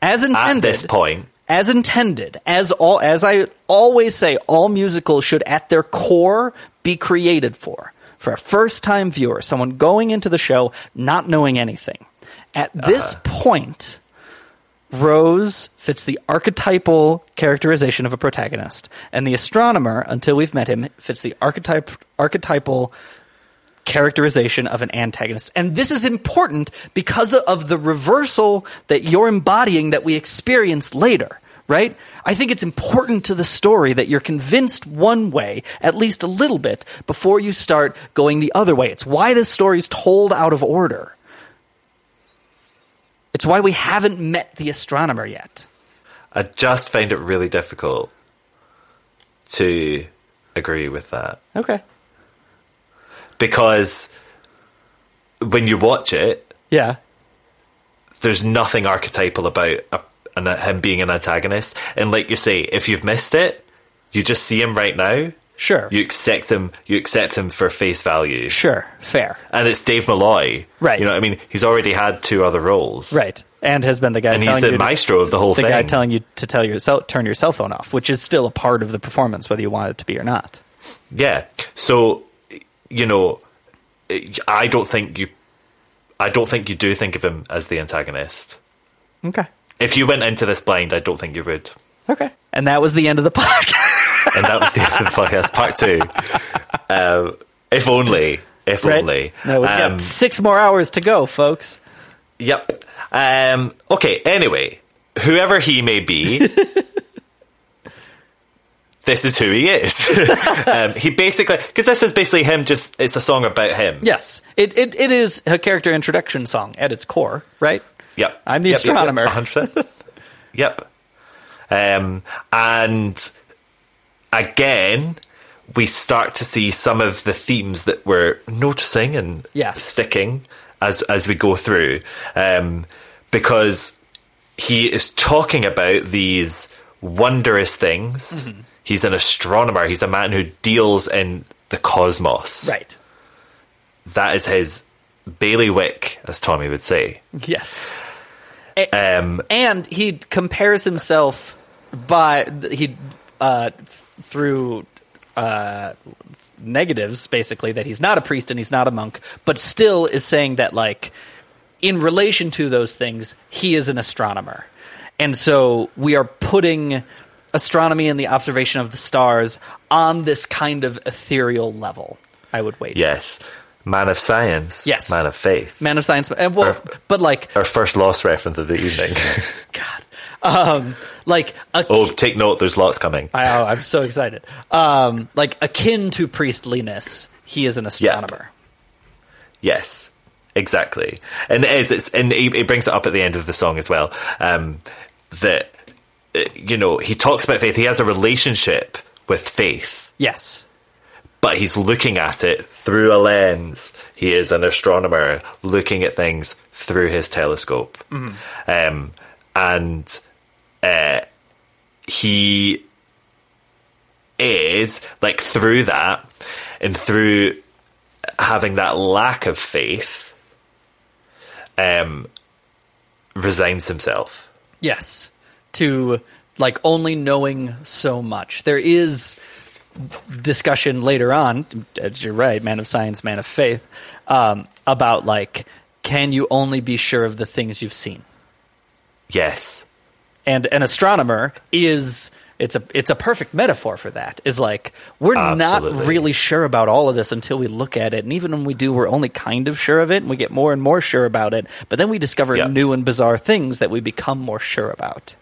as intended, At Ah, this point, as intended as all as i always say all musicals should at their core be created for for a first time viewer someone going into the show not knowing anything at this point rose fits the archetypal characterization of a protagonist and the astronomer until we've met him fits the archetype archetypal characterization of an antagonist. And this is important because of the reversal that you're embodying that we experience later, right? I think it's important to the story that you're convinced one way, at least a little bit, before you start going the other way. It's why this story's told out of order. It's why we haven't met the astronomer yet. I just find it really difficult to agree with that Okay. because when you watch it, Yeah. there's nothing archetypal about a, an, him being an antagonist. And like you say, if you've missed it, you just see him right now. Sure. You accept him. You accept him for face value. Sure. Fair. And it's Dave Malloy. Right. You know what I mean? He's already had two other roles. Right. And has been the guy And he's telling the you to- maestro of the whole the thing. guy telling you to tell your cell, turn your cell phone off, which is still a part of the performance, whether you want it to be or not. Yeah. So, you know, I don't think you, I don't think you do think of him as the antagonist. Okay. If you went into this blind, I don't think you would. Okay. And that was the end of the podcast. and that was the end of the podcast, part two. Um, if only, if right? only. No, we Um, got six more hours to go, folks. Yep. Um, okay. Anyway, whoever he may be, this is who he is. um, he basically, because this is basically him. Just it's a song about him. Yes, it, it, it is a character introduction song at its core, right? Yep. I'm the Yep, yep, yep, astronomer. 100%. yep. Um, and again, we start to see some of the themes that we're noticing and Yes. sticking as as we go through, um, because he is talking about these wondrous things. Mm-hmm. He's an astronomer. He's a man who deals in the cosmos. Right. That is his bailiwick, as Tommy would say. Yes. um, and he compares himself by he uh, th- through uh, negatives, basically that he's not a priest and he's not a monk, but still is saying that like in relation to those things, he is an astronomer, and so we are putting astronomy and the observation of the stars on this kind of ethereal level. I would wager. Yes. Man of science. Yes. Man of faith. Man of science, and well, but like, Our first lost reference of the evening. um, like a oh, take note, there's lots coming. I, oh, I'm so excited. Um, like akin to priestliness, he is an astronomer. Yes, exactly. And it is, it's, and he, he brings it up at the end of the song as well. Um, that, uh, you know, he talks about faith. He has a relationship with faith, Yes. but he's looking at it through a lens. He is an astronomer looking at things through his telescope. Mhm. um, and uh, he is like through that and through having that lack of faith um resigns himself Yes. To like only knowing so much. There is discussion later on, as you're right, man of science, man of faith, um, about like ca- can you only be sure of the things you've seen? Yes. And an astronomer is it's a it's a perfect metaphor for that. Is like we're Absolutely. not really sure about all of this until we look at it, and even when we do, we're only kind of sure of it, and we get more and more sure about it. But then we discover Yep. new and bizarre things that we become more sure about.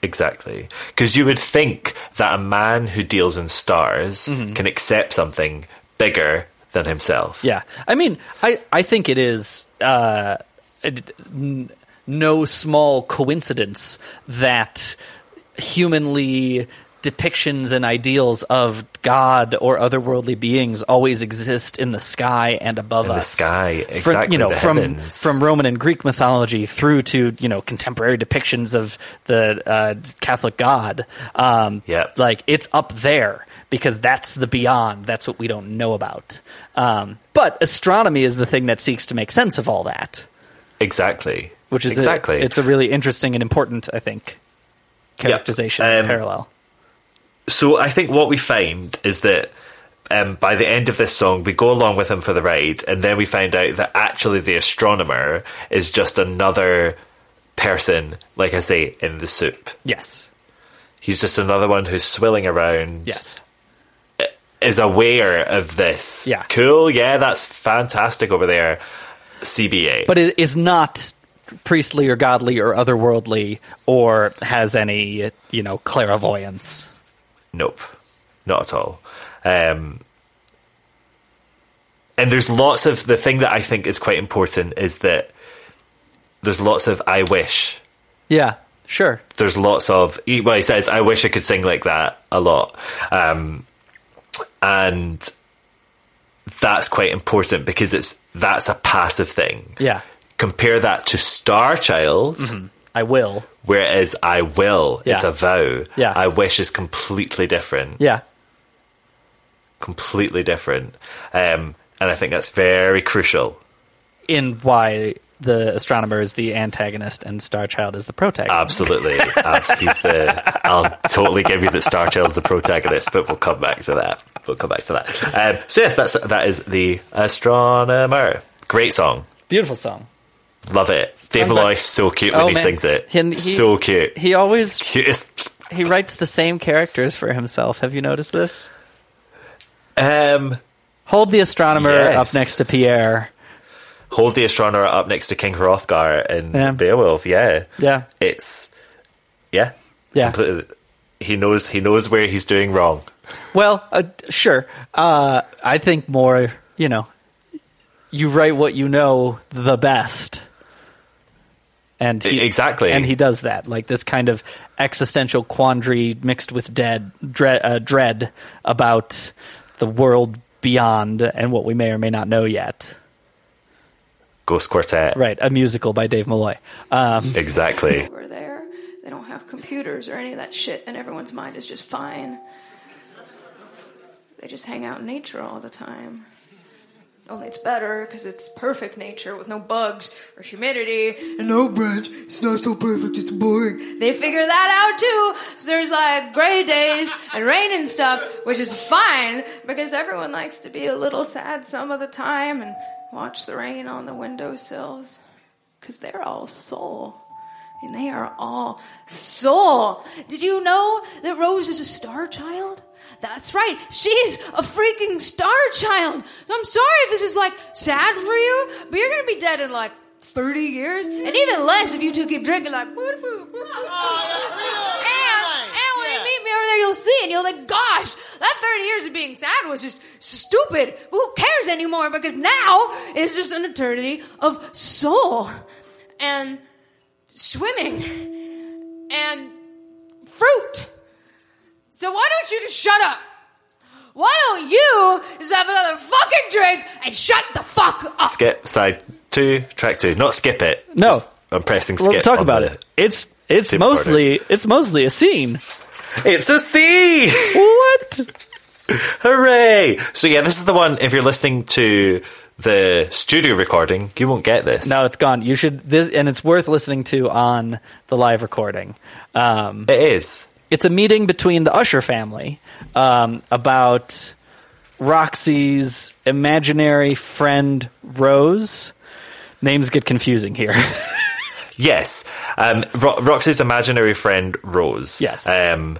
Exactly. Because you would think that a man who deals in stars Mm-hmm. can accept something bigger than himself. Yeah, I mean, I I think it is uh, it- n- no small coincidence that humanly depictions and ideals of God or otherworldly beings always exist in the sky and above In the us. sky, From, you exactly, know, the from heavens. from Roman and Greek mythology through to you know contemporary depictions of the uh, Catholic God. Um, Yep. like it's up there because that's the beyond. That's what we don't know about. Um, but astronomy is the thing that seeks to make sense of all that, Exactly. which is a- exactly. it's a really interesting and important, I think, characterization and Um, parallel. so I think what we find is that um, by the end of this song, we go along with him for the ride, and then we find out that actually the astronomer is just another person, like I say, in the soup. Yes. He's just another one who's swilling around. Yes. Is aware of this. Yeah. Cool. Yeah, that's fantastic over there. CBA. but it is not priestly or godly or otherworldly or has any you know clairvoyance Nope, not at all. Um, and there's lots of the thing that I think is quite important is that there's lots of I wish. yeah sure There's lots of he- well, he says I wish I could sing like that a lot, um, and that's quite important because it's that's a passive thing. yeah Mm-hmm. Compare that to Star Child. i will Whereas I will, it's Yeah. a vow. Yeah. I wish is completely different. yeah completely different. Um, and I think that's very crucial. in why the astronomer is the antagonist and star child is the protagonist Absolutely. Abs- he's the, I'll totally give you that Star Child's the protagonist, but we'll come back to that. We'll come back to that. Um, so, yes, that's, that is The Astronomer. Great song. beautiful song Love it. Dave sung by- Malloy is so cute when Oh, he man. sings it. He- he- so cute. he always Cutest. he writes the same characters for himself have you noticed this Um, hold the astronomer Yes. up next to pierre Hold the Astronomer up next to King Hrothgar in Yeah. Beowulf. Yeah. yeah It's, yeah. Yeah. Completely. He knows he knows where he's doing wrong. Well, uh, sure. Uh, I think more, you know, you write what you know the best. And he, Exactly. and he does that, like this kind of existential quandary mixed with dead dread, uh, dread about the world beyond and what we may or may not know yet. Ghost Quartet. Right, a musical by Dave Malloy. Um, Exactly. over there. They don't have computers or any of that shit, and everyone's mind is just fine. They just hang out in nature all the time. Only it's better because it's perfect nature with no bugs or humidity and no branch. It's not so perfect, it's boring. They figure that out too. So there's like gray days and rain and stuff, which is fine because everyone likes to be a little sad some of the time and watch the rain on the windowsills because they're all soul. And they are all soul. Did you know that Rose is a star child? That's right. She's a freaking star child. So I'm sorry if this is like sad for you, but you're going to be dead in like 30 years, and even less if you two keep drinking like. and, and when you meet me over there, you'll see, and you'll think, gosh, that 30 years of being sad was just stupid. Who cares anymore? Because now is just an eternity of soul. And swimming and fruit. So why don't you just shut up? Why don't you just have another fucking drink and shut the fuck up? Skip side two, track two. Not skip it. No. Just- I'm pressing we'll skip. talk on about the- it. It's it's Super Mario. mostly it's mostly a scene. It's a C! What? Hooray! So, yeah, this is the one. If you're listening to the studio recording, you won't get this. No, Oh, it's gone. You should this, and it's worth listening to on the live recording. Um, It is. it's a meeting between the Usher family um, about Roxy's imaginary friend Rose names get confusing here. yes, um, Ro- Roxy's imaginary friend Rose. Yes. Um,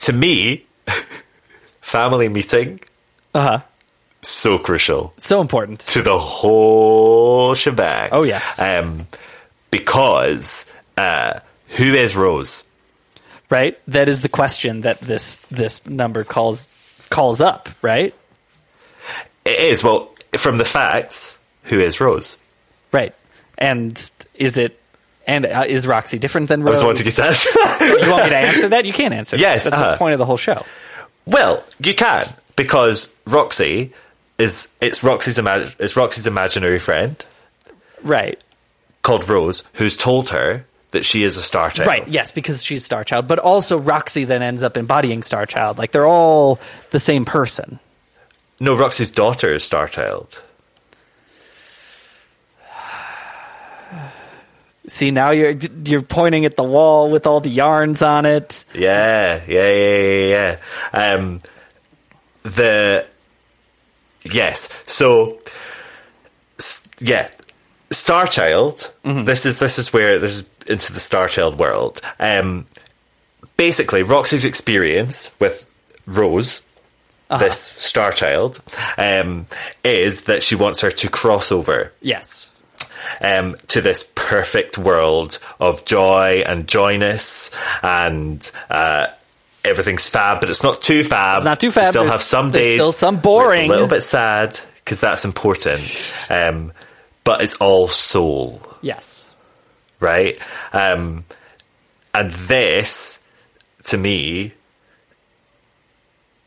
to me, family meeting. Uh huh. So crucial. So important to the whole shebang. Oh yes. Um, because uh, who is Rose? Right. That is the question that this this number calls calls up. Right. It is. Well, from the facts, who is Rose? Right. And is it? And uh, is Roxy different than I Rose? was wanting to get that. you want me to answer that? You can't answer. that. Yes, that's uh-huh. the point of the whole show. Well, you can because Roxy is it's Roxy's imag- it's Roxy's imaginary friend Right. called Rose who's told her that she is a star child. Right. Yes, because she's Star Child, but also Roxy then ends up embodying Star Child. Like they're all the same person. No, Roxy's daughter is star child. See, now you're you're pointing at the wall with all the yarns on it. Yeah, yeah, yeah, yeah, yeah. Um, the yes, so s- yeah, Star Child. This is this is where this is into the Star Child world. Um, basically, Roxy's experience with Rose, this Star Child, um, is that she wants her to cross over Yes. um, to this perfect world of joy and joyness and uh, everything's fab, but it's not too fab. It's not too fab, You still there's- have some there's days. still where some it's boring. a little bit sad because that's important. Um, but it's all soul, Yes. right? Um, and this, to me,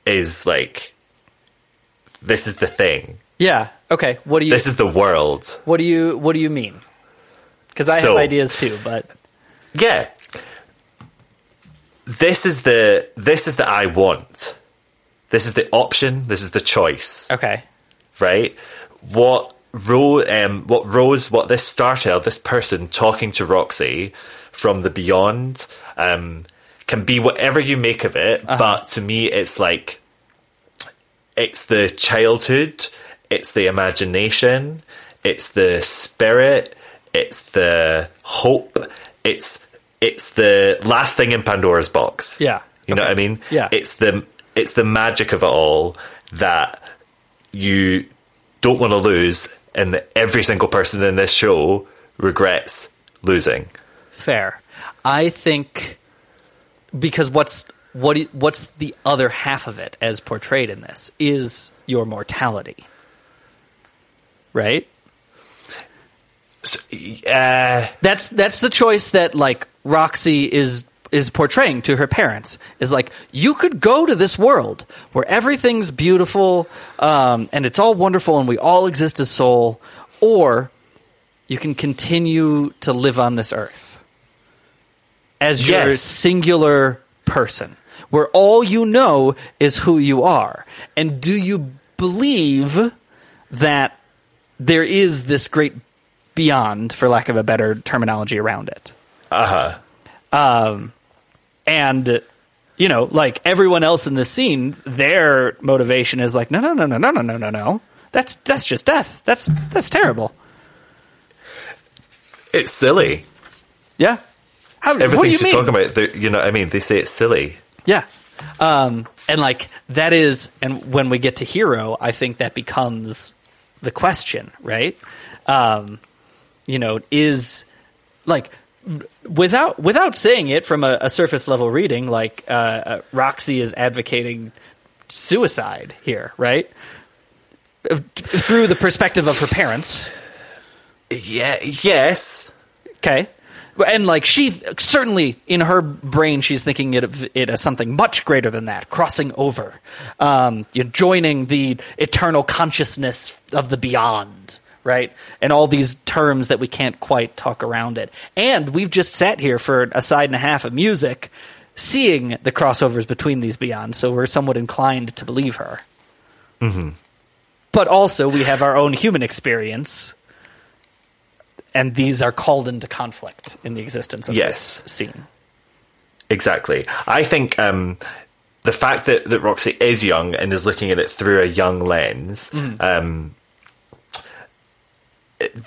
is like this is the thing. Yeah. Okay. What do you This is the world. What do you What do you mean? Because I So- have ideas too, but yeah this is the this is the i want this is the option this is the choice okay. right what Ro- um, what rose what this star child this person talking to roxy from the beyond um, can be whatever you make of it but to me it's like it's the childhood it's the imagination it's the spirit it's the hope it's it's the last thing in pandora's box Yeah. you know what i mean Yeah. it's the it's the magic of it all that you don't want to lose and that every single person in this show regrets losing Fair. I think because what's what i- what's the other half of it as portrayed in this is your mortality. Right? so, uh, That's that's the choice that like Roxy is is portraying to her parents is like you could go to this world where everything's beautiful um, and it's all wonderful and we all exist as soul, or you can continue to live on this earth as your Yes. singular person, where all you know is who you are, and do you believe that there is this great beyond, for lack of a better terminology around it. Uh huh. Um, and you know, like everyone else in the scene, their motivation is like, no, no, no, no, no, no, no, no, no. That's that's just death. That's that's terrible. it's silly Yeah. How, what do everything you she's mean? talking about they're- you know what i mean they say it's silly Yeah. Um, and like that is, and when we get to hero, I think that becomes the question, right? Um, you know, is like without without saying it from a, a surface level reading, like uh, uh, Roxy is advocating suicide here, right? Uh, Through the perspective of her parents, yeah yes Okay. And like she certainly in her brain she's thinking it of it as something much greater than that, crossing over, um, you know, joining the eternal consciousness of the beyond, right? And all these terms that we can't quite talk around it. And we've just sat here for a side and a half of music, seeing the crossovers between these beyonds, so we're somewhat inclined to believe her. But also we have our own human experience and these are called into conflict in the existence of Yes. this scene. Exactly. I think um, the fact that, that Roxy is Mm. young and is looking at it through a young lens um,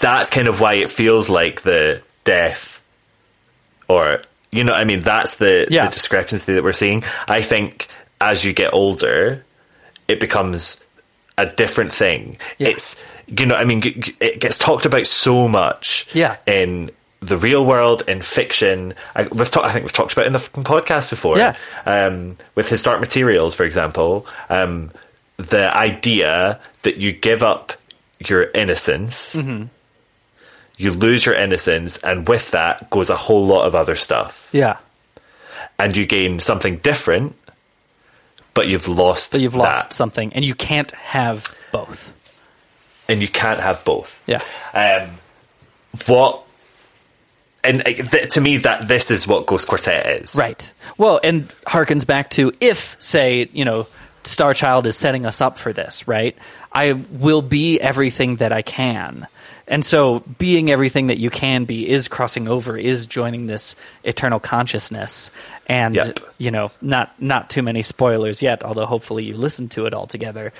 that's kind of why it feels like the death or you know what I mean that's the, Yeah. the discrepancy that we're seeing I think as you get older it becomes a different thing it's you know what I mean g- g- it gets talked about so much Yeah. in the real world in fiction I, we've talked I think we've talked about it in the fucking podcast before Yeah. um, with his dark materials for example um, the idea that you give up your innocence Mhm. you lose your innocence, and with that goes a whole lot of other stuff. Yeah. And you gain something different, but you've lost That you've that. lost something, and you can't have both. and you can't have both. Yeah. Um, what? And uh, th- to me, that this is what Ghost Quartet is. Right. Well, and harkens back to if, say, you know, Star Child is setting us up for this, right? I will be everything that I can. And so being everything that you can be is crossing over, is joining this eternal consciousness. And Yep. you know, not not too many spoilers yet, although hopefully you listen to it all together.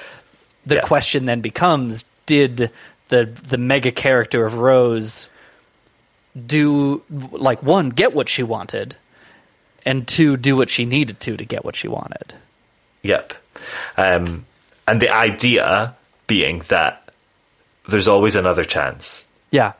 The question then becomes, did the the mega character of Rose do like one get what she wanted and two do what she needed to to get what she wanted Yep. Um, and the idea being that there's always another chance. yeah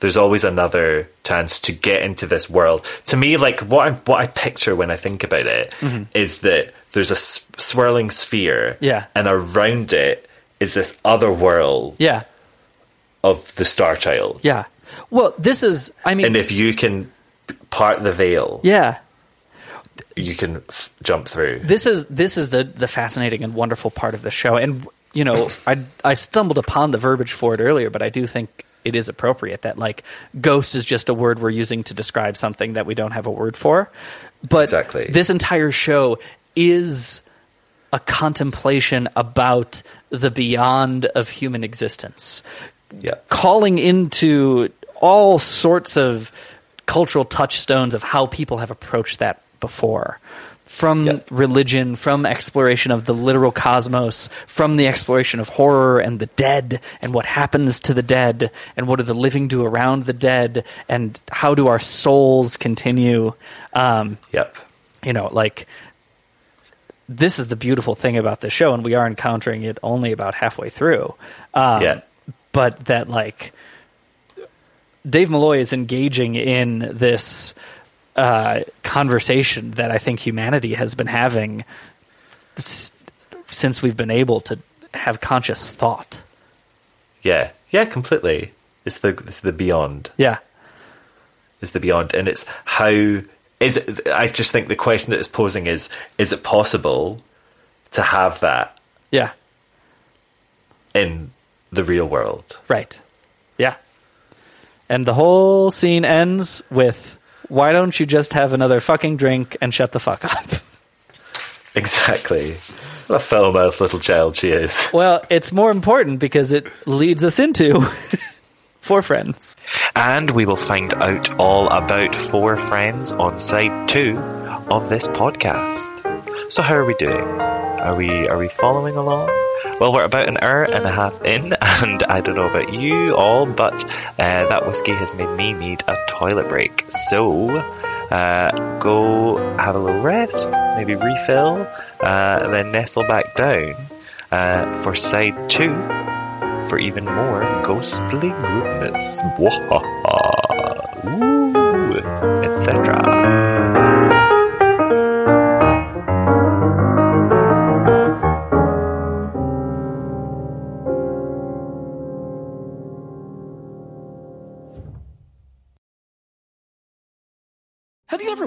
there's always another chance to get into this world. To me, like what I what I picture when I think about it is Mhm. that there's a s- swirling sphere, Yeah. and around it is this other world yeah of the Star Child. yeah well this is i mean and if you can part the veil, yeah you can f- jump through. this is this is the the fascinating and wonderful part of the show and you know i i stumbled upon the verbiage for it earlier but i do think it is appropriate that like ghost is just a word we're using to describe something that we don't have a word for but Exactly. this entire show is a contemplation about the beyond of human existence calling into all sorts of cultural touchstones of how people have approached that before from religion from exploration of the literal cosmos from the exploration of horror and the dead and what happens to the dead and what do the living do around the dead and how do our souls continue um, yep you know like this is the beautiful thing about this show, and we are encountering it only about halfway through. Um, Yeah. But that, like, Dave Malloy is engaging in this uh, conversation that I think humanity has been having s- since we've been able to have conscious thought. Yeah, yeah, completely. It's the it's the beyond. Yeah. is the beyond, and it's how is it. I just think the question that it's posing is: is it possible to have that Yeah. in the real world? Right. Yeah. And the whole scene ends with why don't you just have another fucking drink and shut the fuck up? Exactly. What a foul mouthed little child she is. Well, it's more important because it leads us into Four Friends. And we will find out all about four friends on side two of this podcast. So how are we doing? Are we are we following along? Well, we're about an hour and a half in, and I don't know about you all, but uh, that whiskey has made me need a toilet break. So uh, go have a little rest, maybe refill, uh, then nestle back down uh, for side two for even more ghostly rudeness, Mwahaha. Ooh, etc. Have you ever